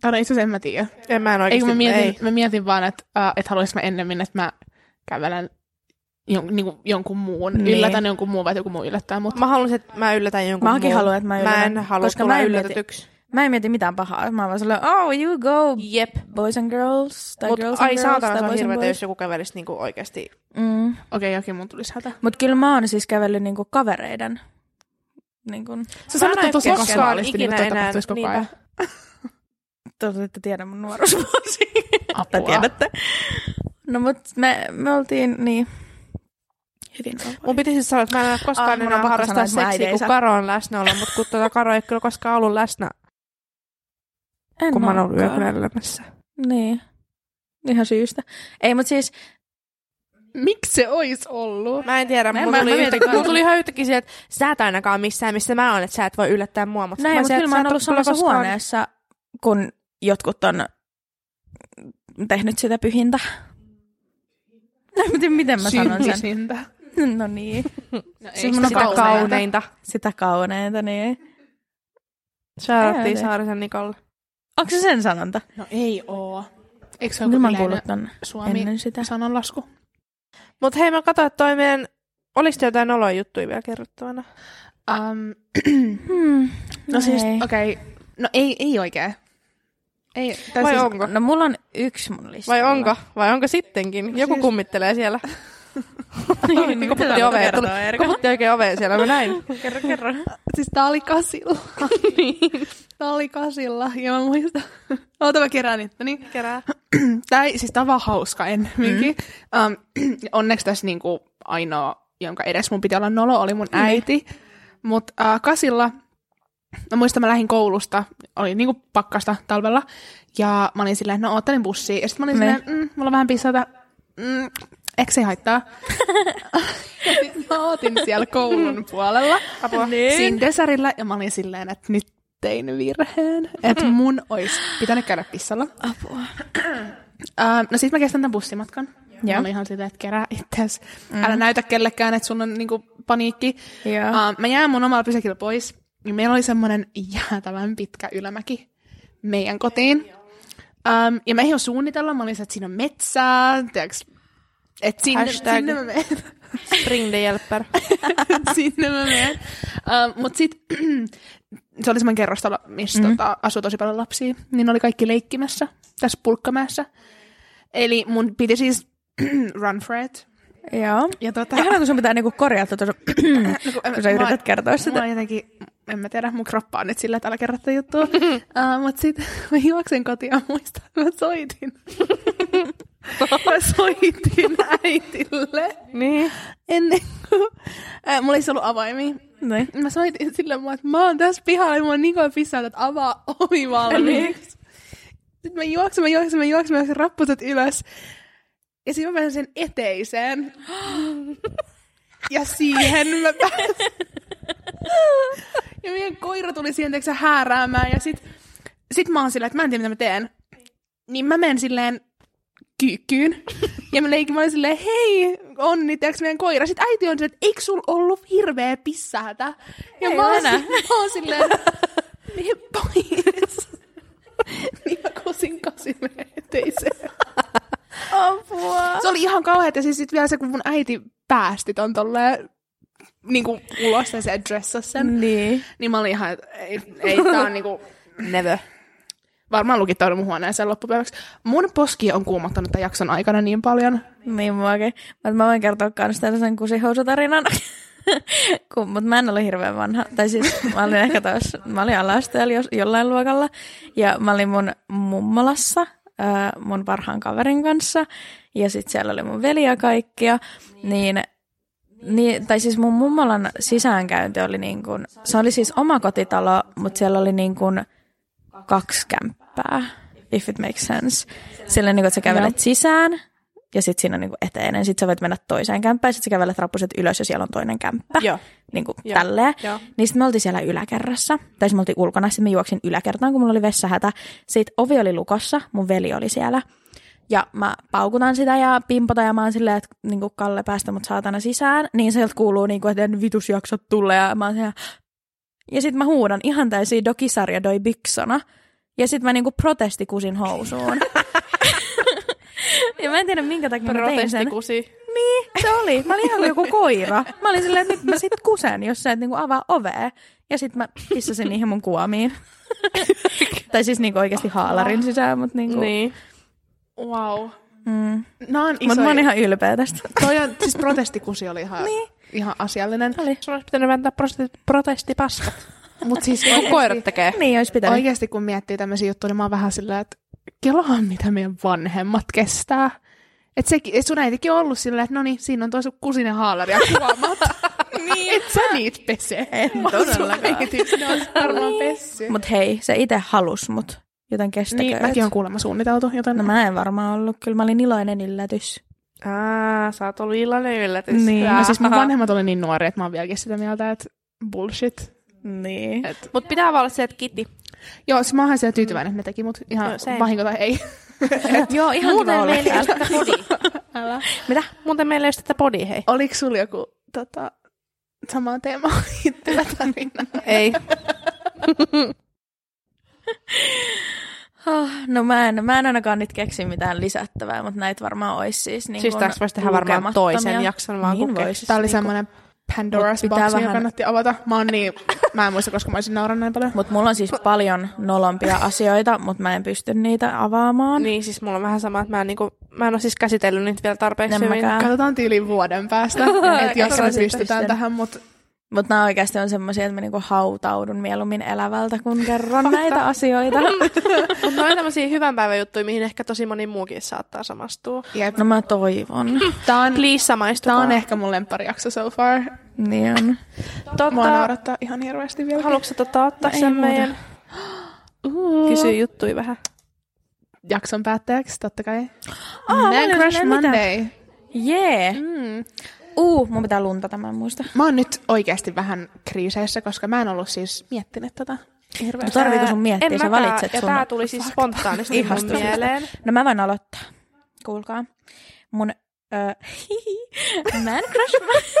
B: Tai no itse asiassa en mä tiedä.
C: En mä en
B: Ei,
C: oikeesti,
B: kun mä mietin,
C: ei.
B: mä mietin vaan, että uh, et haluaisin mä ennemmin, että mä kävelen jon, niinku, jonkun muun,
A: Niin.
B: niin. yllätän jonkun muun vai että joku muu yllättää mut.
C: Mä haluaisin, että mä yllätän jonkun
A: Mäkin
C: muun.
A: haluan, että mä
C: Mä en
A: yllätän,
C: halua
A: koska
C: tulla
A: mä en mieti-
C: yllätetyksi.
A: Mä en mieti mitään pahaa. Mä vaan silleen, oh, you go,
C: Jep.
A: boys and girls. Tai
C: Mut
A: girls and
C: ai
A: girls,
C: saatana,
A: tai
C: se on
A: boys and
C: hirveetä,
A: boys.
C: jos joku kävelisi niinku oikeesti.
A: Mm.
B: Okei, jokin mun tulisi hätä.
A: Mut kyllä mä oon siis kävellyt niinku kavereiden. Niinku,
B: Se
C: Mä en
B: sanottu tosi
C: oikein koskaan
B: kasuaalisti, niin kuin
C: ikinä
B: toi
C: enää-
B: tapahtuisi koko
C: niinpä.
B: ajan.
A: totta, että tiedän mun
C: [LAUGHS]
A: nuoruusvuosi. Tai
B: Apua.
A: tiedätte. No mut me, me oltiin niin hyvin
C: Mun piti siis sanoa, että mä en ole koskaan
A: Ah, mun
C: enää
A: on pakko
C: harrastaa
A: sanoa, että mun äiti
C: seksiä,
A: ei
C: kun
A: saa.
C: Karo on läsnäolo, mutta kun tota Karo ei kyllä koskaan ollut läsnä,
A: En
C: kun mä oon ollut
A: olekaan.
C: yökyläilemässä.
A: Niin. Ihan syystä. Ei, mut siis
B: Miksi se ois ollut?
C: Mä en tiedä,
A: Mä en-
C: mulla
A: mä-
C: tuli,
A: mä mietin
C: yhtäkkiä,
A: kanssa.
C: mulla tuli ihan yhtäkkiä se, että sä et ainakaan missään, missä mä oon, että sä et voi yllättää mua. Mutta
A: Näin,
C: mä
A: mutta
C: sieltä,
A: kyllä mä oon
C: sä
A: ollut
C: et oo kyllä
A: samassa
C: koskaan-
A: huoneessa, kun jotkut on tehnyt sitä pyhintä. [LAUGHS] En mä tiedä, miten mä sanon sen.
B: Syntisintä.
A: [LAUGHS] No niin,
B: No,
A: ei sitä
C: Sitä
A: kauneinta.
C: kauneinta.
A: sitä kauneinta, niin.
C: Shoutouttiin
A: Ei.
C: Saarisen Nikolle.
A: Onko se sen sanonta?
B: No ei oo. Eikö se ole
A: Kyllä mä oon
B: yleinen
A: kuullut ton
B: Suomi
A: ennen sitä.
B: sananlasku?
C: Mutta hei, mä katsoin, että toi meidän... Olis te jotain oloja juttuja vielä kerrottavana?
B: Um,
A: Hmm.
B: [CLEARS THROAT] no siis,
A: ei.
B: okei. Okay. No ei, ei oikein. Ei,
C: Vai onko?
A: No mulla on yksi mun listalla. [LAUGHS]
C: Vai onko? Vai onko sittenkin? Joku kummittelee siellä.
A: No siis- niin, niin,
C: Koputti oveen. Tuli- Koputti oikein oveen siellä. Mä näin.
A: [LAUGHS] Kerro, kerro.
B: Siis tää oli
C: [LAUGHS]
B: kasilla. tää oli kasilla. Ja mä muistan. Oota mä kerään nyt. No niin.
C: Kerää.
B: Tää ei, siis tää on vaan hauska ennemminkin. Mm. Um, [CLEARS THROAT] onneksi tässä niinku ainoa, jonka edes mun piti olla nolo, oli mun äiti. Mutta uh, kasilla, mä muistan mä lähdin koulusta, oli niinku pakkasta talvella. Ja mä olin silleen, no oottelin bussia. Ja sit mä olin
A: Ne.
B: silleen, mm, mulla on vähän pissata. Mm, eikö se ei haittaa? ja sit mä ootin siellä koulun puolella.
C: Apua.
A: Niin.
B: siinä desarilla ja mä olin silleen, että nyt tein virheen, että mun olisi pitänyt käydä pissalla.
A: Apua.
B: Uh, no sit mä kestän tämän bussimatkan.
A: Joo.
B: Mä olin ihan silleen, että kerää itseäsi. Mm. Älä näytä kellekään, että sun on niinku paniikki.
A: Joo.
B: Uh, mä jään mun omalla pysäkillä pois. Ja meillä oli semmoinen jäätävän pitkä ylämäki meidän kotiin. Um, ja mä ihan suunnitella, mä olin se, että siinä on metsää, tiiäks, et sinne,
C: Hashtag.
B: sinne mä menen.
C: Spring the Jelper.
B: [LAUGHS] sinne mä menen. Uh, mut sit [CLEARS THROAT] se oli semmoinen kerrostalo, missä mm. tota, asui tosi paljon lapsia, niin ne oli kaikki leikkimässä tässä pulkkamäessä. Eli mun piti siis [CLEARS THROAT] run for it.
A: Joo.
B: Ja tota,
A: Ihana, kun sun pitää niinku korjata tuossa, kun sä yrität kertoa
B: Mulla
A: sitä.
B: on jotenkin, en mä tiedä, mun kroppa on nyt sillä, että älä kerro tätä juttua. [LAUGHS] uh, mut sit [LAUGHS] mä juoksen kotiin ja muistan, että mä [LAUGHS] soitin. mä soitin äitille
C: Niin.
B: ennen kuin, äh, mulla ei se ollut avaimia.
A: Niin.
B: Mä soitin sille mulle, että mä oon tässä pihalla ja mulla on niin kova pissa, että avaa ovi valmiiksi. Sitten mä juoksen, mä juoksen, mä juoksen, mä juoksen rappuset ylös. Ja sitten mä pääsen sen eteiseen. Ja siihen mä [LAUGHS] pääsin. Ja meidän koira tuli siihen tiiäksä, hääräämään. Ja sit, sit mä oon silleen, että mä en tiedä mitä mä teen. Niin mä menen silleen kyykkyyn.
A: [LAUGHS]
B: Ja mä leikin, mä olin silleen, hei, onni, tiedätkö meidän koira? Sitten äiti on silleen, että eikö sul ollut hirveä pissähätä? Ja
A: Ei
B: mä oon,
A: ole enää.
B: silleen, mä oon silleen, mene
A: [LAUGHS]
B: pois. niin mä kosin kasille eteiseen.
A: Apua.
B: Se oli ihan kauheeta. Siis sit vielä se, kun mun äiti päästi ton tolleen niin kuin ulos ja se dressasi sen.
A: Niin.
B: Niin mä olin ihan, että
A: [LAUGHS]
B: ei, ei tää on niinku,
C: Never.
B: varmaan lukittaudun mun huoneeseen loppupäiväksi. Mun poski on kuumottanut tämän jakson aikana niin paljon.
A: Niin muakin. Mutta mä voin kertoa myös tällaisen kusihousutarinan. [LAUGHS] Kun, mutta mä en ole hirveän vanha. Tai siis mä olin ehkä taas, mä olin alasteella jos, jollain luokalla. Ja mä olin mun mummolassa ää, mun parhaan kaverin kanssa. Ja sitten siellä oli mun veli ja kaikkia. Niin Niin, tai siis mun mummolan sisäänkäynti oli niin kuin, se oli siis oma kotitalo, mutta siellä oli niin kuin kaksi kämppää, if it makes sense. Sillä niin kuin, että sä kävelet sisään ja sitten siinä on niin kuin eteinen, sitten sä voit mennä toiseen kämppään, sitten sä kävelet rappuset ylös ja siellä on toinen kämppä.
C: Joo.
A: Niin kuin
C: Joo.
A: tälleen.
C: Joo.
A: Niin sitten me oltiin siellä yläkerrassa, tai sitten me oltiin ulkona, sitten mä juoksin yläkertaan, kun mulla oli vessahätä. Sitten ovi oli lukossa, mun veli oli siellä. Ja mä paukutan sitä ja pimpotan ja mä oon silleen, että niin kuin Kalle päästä mut saatana sisään. Niin sieltä kuuluu, niin kuin, että en vitus jaksa tulla ja mä oon siellä. Ja sitten mä huudan ihan täysin dokisarja doi biksona. Ja sitten mä niinku protestikusin
C: [LAUGHS]
A: housuun. ja mä en tiedä minkä takia mä tein sen.
C: Protestikusi.
A: Niin, se oli. Mä olin ihan kuin joku koira. Mä olin silleen, että nyt mä sit kusen, jos sä et niinku avaa ovea. Ja sit mä pissasin niihin mun kuomiin. [LAUGHS] tai siis niinku oikeasti haalarin sisään, mutta niinku. Niin.
C: Niin.
B: Wow. Mm. Nämä on
A: Mutta
B: isoja.
A: mä oon ihan ylpeä tästä.
B: Toi on, siis protestikusi oli ihan, niin. ihan asiallinen.
A: Oli.
C: Sun olisi pitänyt vääntää protesti- protestipaskat.
B: Mutta siis
C: Kun koirat
B: oikeasti,
C: tekee.
A: Niin olisi pitänyt.
B: oikeasti, kun miettii tämmöisiä juttuja, niin mä oon vähän sillä, että kelohan mitä meidän vanhemmat kestää. Et sekin, et sun äitikin on ollut silleen, että no niin, siinä on tuo sun kusinen haalari ja kuvamat.
A: [LAUGHS]
B: niin. Et sä niitä pesee. En
A: Niin, todellakaan.
B: ne on varmaan pessy.
A: Mut hei, se itse halus mut. Joten kestäkööt.
B: Niin, mäkin on kuulemma suunniteltu, joten...
A: No
B: [LAUGHS]
A: mä en varmaan ollut. Kyllä mä olin iloinen yllätys.
C: Aa, sä oot ollut illainen yllätys.
A: Niin.
B: no
C: [LAUGHS]
B: siis mun
C: Aha.
B: vanhemmat oli niin nuoria, että mä oon vieläkin sitä mieltä, että bullshit.
A: Niin.
B: Et,
C: Mut pitää vaan olla se, että kitti.
B: joo, siis mä oon ihan siellä tyytyväinen, että ne teki mut ihan
C: Joo, same.
B: vahinko tai ei. [LAUGHS]
A: Joo, ihan kiva
C: Muuten
A: olla
C: meillä ei ole
A: täällä.
C: tätä podia.
B: Älä.
A: Mitä?
C: Muuten meillä ei ole tätä podia,
A: Niin
C: hei.
B: Oliko sulla joku tota, samaan teemaan liittyvä
A: [LAUGHS]
B: tarina?
C: Ei.
A: Ah, No mä en, mä en ainakaan nyt keksi mitään lisättävää, mutta näitä varmaan olisi siis niin
C: Siis
A: kun
C: tässä voisi tehdä varmaan toisen
A: lukemattomia.
C: jakson vaan
A: niin
C: kun
A: vois.
B: Tämä oli
A: Niinku-
B: semmoinen Pandora's
A: Mut pitää
B: box, vähän...
A: vähän-
B: joka kannatti avata. Mä oon niin Mä en muista, koska mä olisin nauranut näin paljon.
A: Mutta mulla on siis paljon nolompia asioita, mutta mä en pysty niitä avaamaan.
C: Niin, siis mulla on vähän sama, että mä en, niinku, mä en ole siis käsitellyt niitä vielä tarpeeksi
A: En
C: hyvin.
A: mäkään.
B: Katsotaan tyyliin vuoden
A: [LAUGHS]
B: päästä, että jos
A: Katsotaan
B: me
A: sitten.
B: pystytään tähän, mutta
A: Mutta nämä oikeasti on semmoisia, että mä niinku hautaudun mieluummin elävältä, kun kerron näitä
C: [LAUGHS]
A: asioita.
C: Mutta noin tämmöisiä hyvän päivän juttuja, mihin ehkä tosi moni muukin saattaa samastua.
B: jep.
A: No mä toivon.
B: Tää on,
C: Please
B: tää
C: samaistukaa.
B: on ehkä mun lempparijakso so far.
A: Niin on. Tota-
B: Mua
C: Totta,
B: naurattaa ihan hirveästi vielä.
C: Tota, haluatko sä tota ottaa
A: No ei
C: sen
A: muuta.
C: meidän
B: Kysy
C: kysyä juttuja vähän?
B: jakson päätteeksi, totta kai.
A: Aa, mä en
B: Man Crush
A: löytänyt
B: Monday.
A: Jee. Yeah.
B: Mm.
A: Uu, mun pitää lunta tämän muista.
B: Mä oon nyt oikeasti vähän kriiseissä, koska mä en ollut siis miettinyt tätä
A: No
B: hirveästi.
A: tarviiko sun miettiä,
C: En
A: sä
C: mäkään,
A: valitset
C: ja
A: sun.
C: tää tuli siis spontaanisti mun
A: Ihastus.
C: mieleen.
A: No mä voin aloittaa. Kuulkaa. Mun ö, [LAUGHS] man crush [LAUGHS]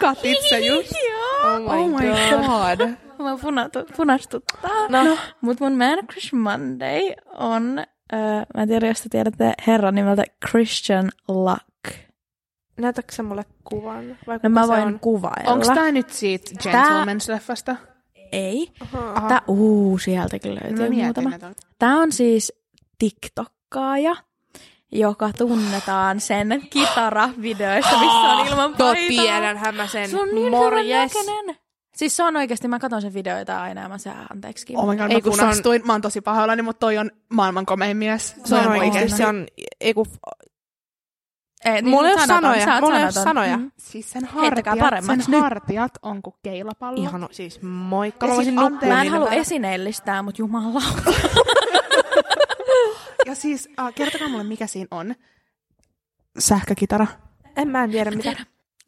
B: Kat itse just.
A: Joo.
B: Oh my god.
A: Mä punatu- punastuttaa.
C: No.
A: No. Mut mun Man Crush Monday on, öö, mä en tiedä, jos te tiedätte herran nimeltä Christian Luck.
C: Näytätkö sä mulle kuvan? Vai
A: No
C: kuka
A: mä
C: se
A: voin
C: on?
A: kuvailla.
B: Onks tää nyt siitä
A: Tää-
B: Gentleman's-leffasta?
A: Ei.
C: Aha.
A: Tää, uu, sieltäkin
C: No,
A: löytyy muutama.
B: että on-
A: Tää on siis tiktokkaaja, joka tunnetaan sen kitaravideoista, missä on ilman
C: Joo,
A: paitaa.
C: tiedänhän mä Ah, sen.
A: Se on niin
C: Morjes.
A: hyvän Siis se on oikeasti, mä katson sen videoita aina ja mä saan anteeksi.
B: Oh my god,
C: Ei,
B: mä
C: kun se on-
B: punastuin. Mä oon tosi pahoillani, mutta toi on maailman komein mies.
C: Se on
A: Mä en
C: oikeesti,
A: oikein.
C: se on, ei kun,
A: Ei, niin
C: mulla ei oo
A: sanotaan,
C: sanoja,
A: sä oot
C: mulla ei oo
A: sanaton.
C: sanoja.
A: Mm.
B: Siis sen
A: Heittäkää
B: hartiat, sen
A: paremmaksi nyt.
B: hartiat on kuin keilapallo.
C: ihan siis moikka. Mä
B: Ja
C: voisin
B: siis
C: nukkua.
B: anteeksi.
A: Mä en
C: niiden
A: halua
C: päälle.
A: esineellistää, mutta jumala. [LAUGHS]
B: Ja siis, äh, kertokaa mulle mikä siinä on. Sähkökitara.
C: En mä en tiedä mitä.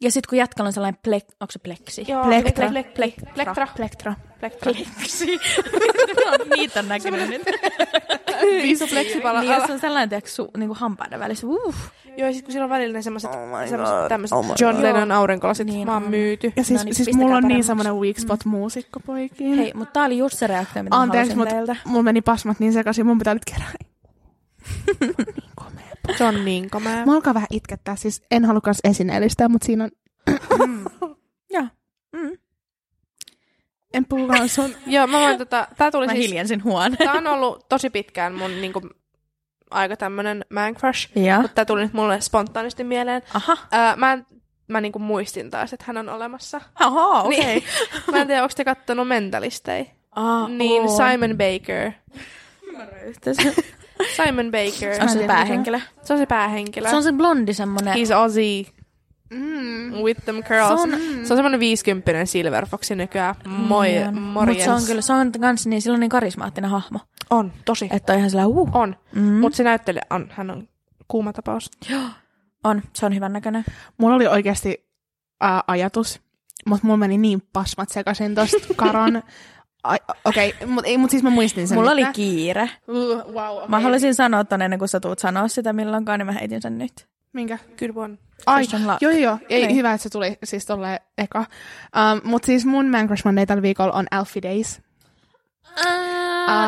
A: Ja sitten kun jätkällä on sellainen plek, onko se pleksi?
C: Joo,
B: Plektra.
C: plek- plek- Plektra.
B: Plektra.
C: Plektra.
A: Pleksi. [LAUGHS] Niitä on näkynyt
C: [LAUGHS]
A: nyt.
C: Iso pleksipala.
A: Niin, jos on sellainen, tiedätkö, su, niin kuin hampaiden välissä. Uh.
C: Joo, ja sit kun sillä on välillä ne semmoset,
D: my
C: semmoset
D: God.
C: tämmöset
D: Oh my
C: John
A: God.
C: Lennon aurinkolasit,
A: Niin
C: mä oon
A: on.
C: myyty.
B: Ja siis,
A: No
B: no
A: niin,
B: niin, siis
A: pistäkää
B: mulla on
A: paremmaksi.
B: niin semmoinen weak spot mm. muusikko poikiin.
A: Hei, mutta tää oli just se reaktio, mitä
B: Anteeksi,
A: mä
B: mutta
A: halusin teiltä.
B: mulla meni pasmat niin sekaisin, mun pitää nyt kerää. niin komea.
C: Se on niin komea.
B: Mä alkaa vähän itkettää, siis en halua kans esineellistää, mutta siinä on... [LAUGHS]
A: Joo. Mm.
B: En puhukaan sun...
C: Joo, mä voin tota, tää tuli
A: Mä
C: siis,
A: hiljensin huoneen.
C: tää on ollut tosi pitkään mun niinku, aika tämmönen man crush,
A: Ja.
C: mutta tää tuli nyt mulle spontaanisti mieleen.
A: Aha.
C: Ää, mä, en- mä niinku muistin taas, että hän on olemassa.
A: Aha, okei. Okay.
C: Niin, mä en tiedä, onko te kattonut Mentalistei?
A: Ah,
C: Niin,
A: oon.
C: Simon Baker. Simon
A: on
C: Baker.
A: se päähenkilö.
C: Se on se päähenkilö.
A: Se on se blondi semmonen.
C: He's Aussie.
B: Mm.
C: With them curls. Se
A: Se
C: on,
A: on- Mm,
C: se on semmoinen 50 Silver Foxi nykyään. Moi,
A: on.
C: morjens.
A: Mut se on kyllä, se on kans niin, sillä on niin karismaattinen hahmo,
C: On, tosi.
A: että on ihan sillä uh.
C: On.
A: Mm.
C: Mutta se näyttelijä on, hän on kuuma tapaus.
A: On, se on hyvän näköinen.
B: Mulla oli oikeasti äh, ajatus, mutta mulla meni niin pasmat sekaisin tosta karon...
A: [LAUGHS]
B: Ai, Okei, okay, mutta mut siis mä muistin sen.
A: Mulla
B: nyt.
A: oli kiire.
B: Uh, wow, okay.
A: Mä haluaisin sanoa ton ennen kuin sä tuut sanoa sitä milloinkaan, niin mä heitin sen nyt.
B: Minkä?
C: Kyllä on.
B: Ai,
A: Christian Luck.
B: joo, joo, joo. Ei,
A: Niin.
B: hyvä, että se tuli siis tolleen eka. Um, Mutta siis mun Man Crush Monday tällä viikolla on Alfie Days.
C: Um,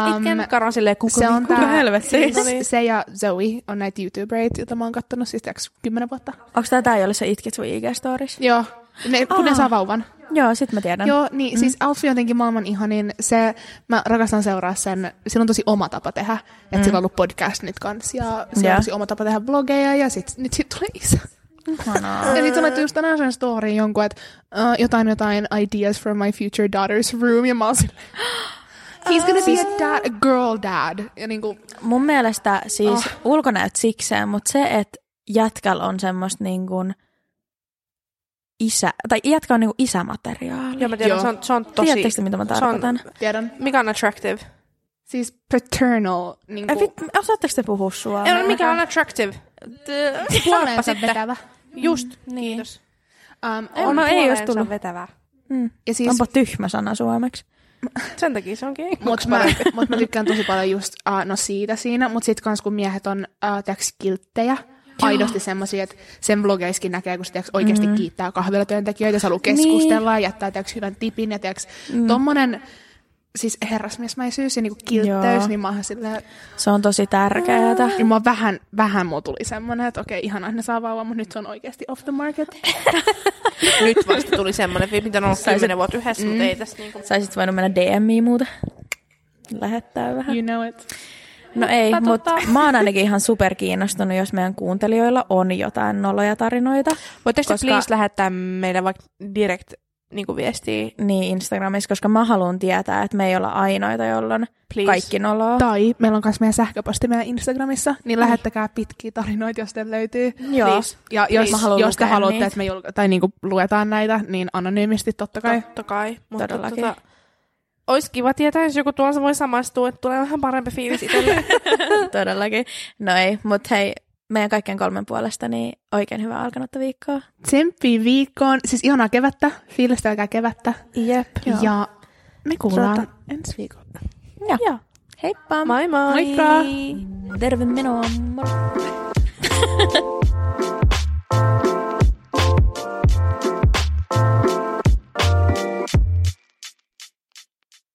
B: Um,
C: Itken karan silleen kuka,
B: se on
C: kuka
B: tää-
C: helvetti.
B: Siis
C: No niin.
B: se ja Zoe on näitä YouTubereita, joita mä oon kattonut siis tiiäks, kymmenen vuotta.
A: Onks tää tää, jolle sä itkit sun ig stories
B: Joo, ne, kun ne
A: Aa.
B: saa vauvan.
A: Joo, sit mä tiedän.
B: Joo, niin siis Alfie on jotenkin maailman ihanin. Se, mä rakastan seuraa sen. Sillä on tosi oma tapa tehdä. Että sillä on ollut podcast nyt kanssa. Ja sillä
A: Joo.
B: on tosi oma tapa tehdä blogeja. Ja sit, nyt sit tulee isä.
A: Ihanaa.
B: Ja sit sä laittoi just tänään sen storyin jonkun, että uh, jotain jotain ideas for my future daughter's room. Ja mä oon silleen, He's gonna be a dad, a girl dad. Ja niinku,
A: Mun mielestä siis oh. ulkonäöt sikseen, mutta se, että jätkällä on semmoista niin kuin isä, tai jätkä on niin kuin isämateriaali.
C: Joo, mä tiedän,
B: Joo.
C: se on, se on tosi...
A: Tiedättekö te, mitä mä
C: on-
A: tarkoitan?
B: tiedän.
C: Mikä on attractive?
B: Siis paternal, niinku,
A: Ei, vittu, Osaatteko te puhua
C: Ei,
A: suomea?
C: no, mikä on attractive? Kuoleensa
B: puoleensa vetävä.
C: Just.
A: Niin.
C: Kiitos.
B: Um,
A: Ei, no ei olisi
C: puoleensa
A: tullut.
C: vetävä.
A: Mm.
B: ja siis,
A: Onpa tyhmä sana suomeksi.
C: Sen takia se [LAUGHS] onkin.
B: Mutta mä, mut mä tykkään tosi paljon just uh, no siitä siinä, mutta sitten kans kun miehet on uh, tiiäks, kilttejä, aidosti semmoisia, että sen blogeissakin näkee, kun se tiiäks, oikeasti mm. Niin. Mm. kiittää kahvilatyöntekijöitä, jos haluaa keskustella ja jättää tiiäks, hyvän tipin ja tiiäks, tommonen siis herrasmiesmäisyys ja niinku kiltteys,
A: Joo.
B: niin mä oon ihan silleen,
A: Se on tosi tärkeää.
C: Mm.
B: ja mä vähän, vähän mulla tuli semmonen, että okei, ihana, että ne saa vauvan, mutta nyt se on oikeasti off the market.
C: Nyt vasta tuli semmoinen, vi- mitä on ollut kymmenen vuotta yhdessä, mm. mutta ei tässä niinku...
A: Saisit voinut mennä DMiin muuten. Lähettää vähän.
B: You know it.
A: No ei,
C: Mutta
A: mutta
C: tota-
A: mä oon ainakin ihan superkiinnostunut, jos meidän kuuntelijoilla on jotain noloja tarinoita.
C: Voitteko
A: Koska-
C: koska... please lähettää meille vaikka direct niinku viestiä?
A: Niin Instagramissa, koska mä haluan tietää, että me ei olla ainoita, jolloin
C: Please.
A: kaikki noloa.
B: Tai meillä on myös meidän sähköposti meidän Instagramissa, niin lähettäkää pitkiä tarinoita, jos teillä löytyy.
A: Joo.
C: Please.
B: Ja jos,
A: Mä haluan
B: jos te
A: lukea
B: haluatte,
A: niitä.
B: että me julka- tai niinku luetaan näitä, niin anonyymisti totta kai.
C: Totta kai. Mutta
A: Todellakin.
C: Tota, olisi kiva tietää, jos joku tuossa voi samaistua, että tulee vähän parempi fiilis itselle.
A: Todellakin. No ei, mutta hei, meidän kaikkien kolmen puolesta, niin oikein hyvää alkanutta viikkoa.
B: Tsemppiä viikkoon, siis ihanaa kevättä, fiilistelkää kevättä.
C: Jep.
A: Joo. Tuota-
B: Ja me kuullaan
C: Tota-
B: ensi viikolla.
C: Joo.
A: Heippa!
C: Moi moi!
B: Moikka!
A: Terve minua! Moro!